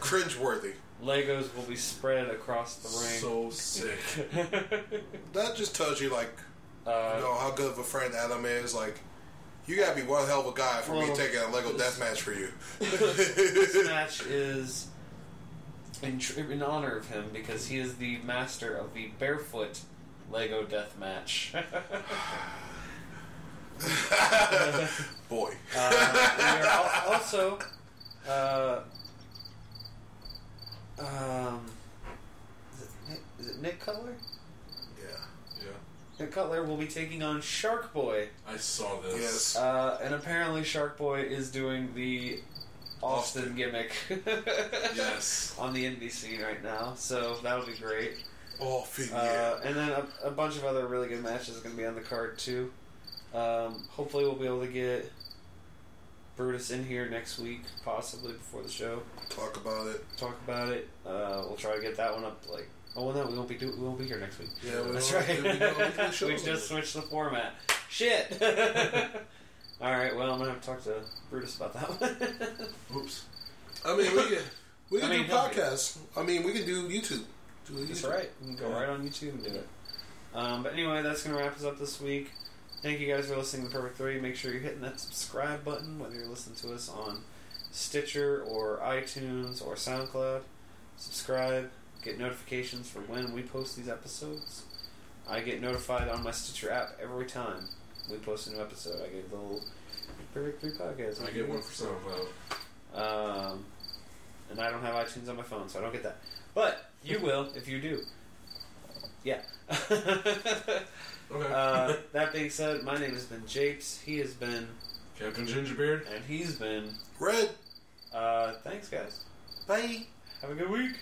Speaker 3: Cringeworthy.
Speaker 1: Legos will be spread across the ring.
Speaker 2: so sick.
Speaker 3: *laughs* That just tells you like
Speaker 1: Uh,
Speaker 3: you know how good of a friend Adam is. Like, you gotta be one hell of a guy for me
Speaker 1: Well,
Speaker 3: taking a Lego
Speaker 1: this-
Speaker 3: deathmatch for you.
Speaker 1: *laughs*
Speaker 3: *laughs*
Speaker 1: this match is in, tr- in honor of him because he is the master of the barefoot Lego death match. *laughs*
Speaker 3: Boy,
Speaker 1: Uh, we are al- also, uh, um, is it, Nick, is it Nick Cutler?
Speaker 3: yeah,
Speaker 2: Yeah.
Speaker 1: Nick Cutler will be taking on Shark Boy,
Speaker 2: I saw this.
Speaker 3: yes.
Speaker 1: uh, and apparently Shark Boy is doing the Austin gimmick *laughs*
Speaker 2: Yes.
Speaker 1: on the indie scene right now, so that'll be great.
Speaker 3: Oh, feet, yeah.
Speaker 1: Uh, and then a, a bunch of other really good matches are going to be on the card too. Um, hopefully, we'll be able to get Brutus in here next week, possibly before the show.
Speaker 3: Talk about it.
Speaker 1: Talk about it. Uh, we'll try to get that one up. Like, oh well, no, we won't be do- we won't be here next week.
Speaker 3: Yeah, we
Speaker 1: That's
Speaker 3: don't-
Speaker 1: right.
Speaker 3: we don't do
Speaker 1: *laughs*
Speaker 3: the shows
Speaker 1: we just switched the format. Shit. *laughs* All right. Well, I'm gonna have to talk to Brutus about that one.
Speaker 2: Oops.
Speaker 3: I mean, we can we
Speaker 1: I
Speaker 3: can
Speaker 1: mean,
Speaker 3: do
Speaker 1: hell, yeah.
Speaker 3: podcasts. I mean, we can do YouTube. Do
Speaker 1: That's
Speaker 3: YouTube.
Speaker 1: right. You can go right on YouTube and do it. Um, but anyway, that's going to wrap us up this week. Thank you guys for listening to Perfect 3. Make sure you're hitting that subscribe button, whether you're listening to us on Stitcher or iTunes or SoundCloud. Subscribe, get notifications for when we post these episodes. I get notified on my Stitcher app every time we post a new episode. I get a little Perfect Three podcast.
Speaker 2: I get one for SoundCloud.
Speaker 1: Um, and I don't have iTunes on my phone, so I don't get that. But you will if you do. Yeah. *laughs*
Speaker 2: Okay.
Speaker 1: uh, that being said, my name has been Japes. He has been,
Speaker 2: *laughs* Captain Gingerbeard.
Speaker 1: and he's been.
Speaker 3: Red.
Speaker 1: Uh, thanks, guys.
Speaker 3: Bye.
Speaker 1: Have a good week.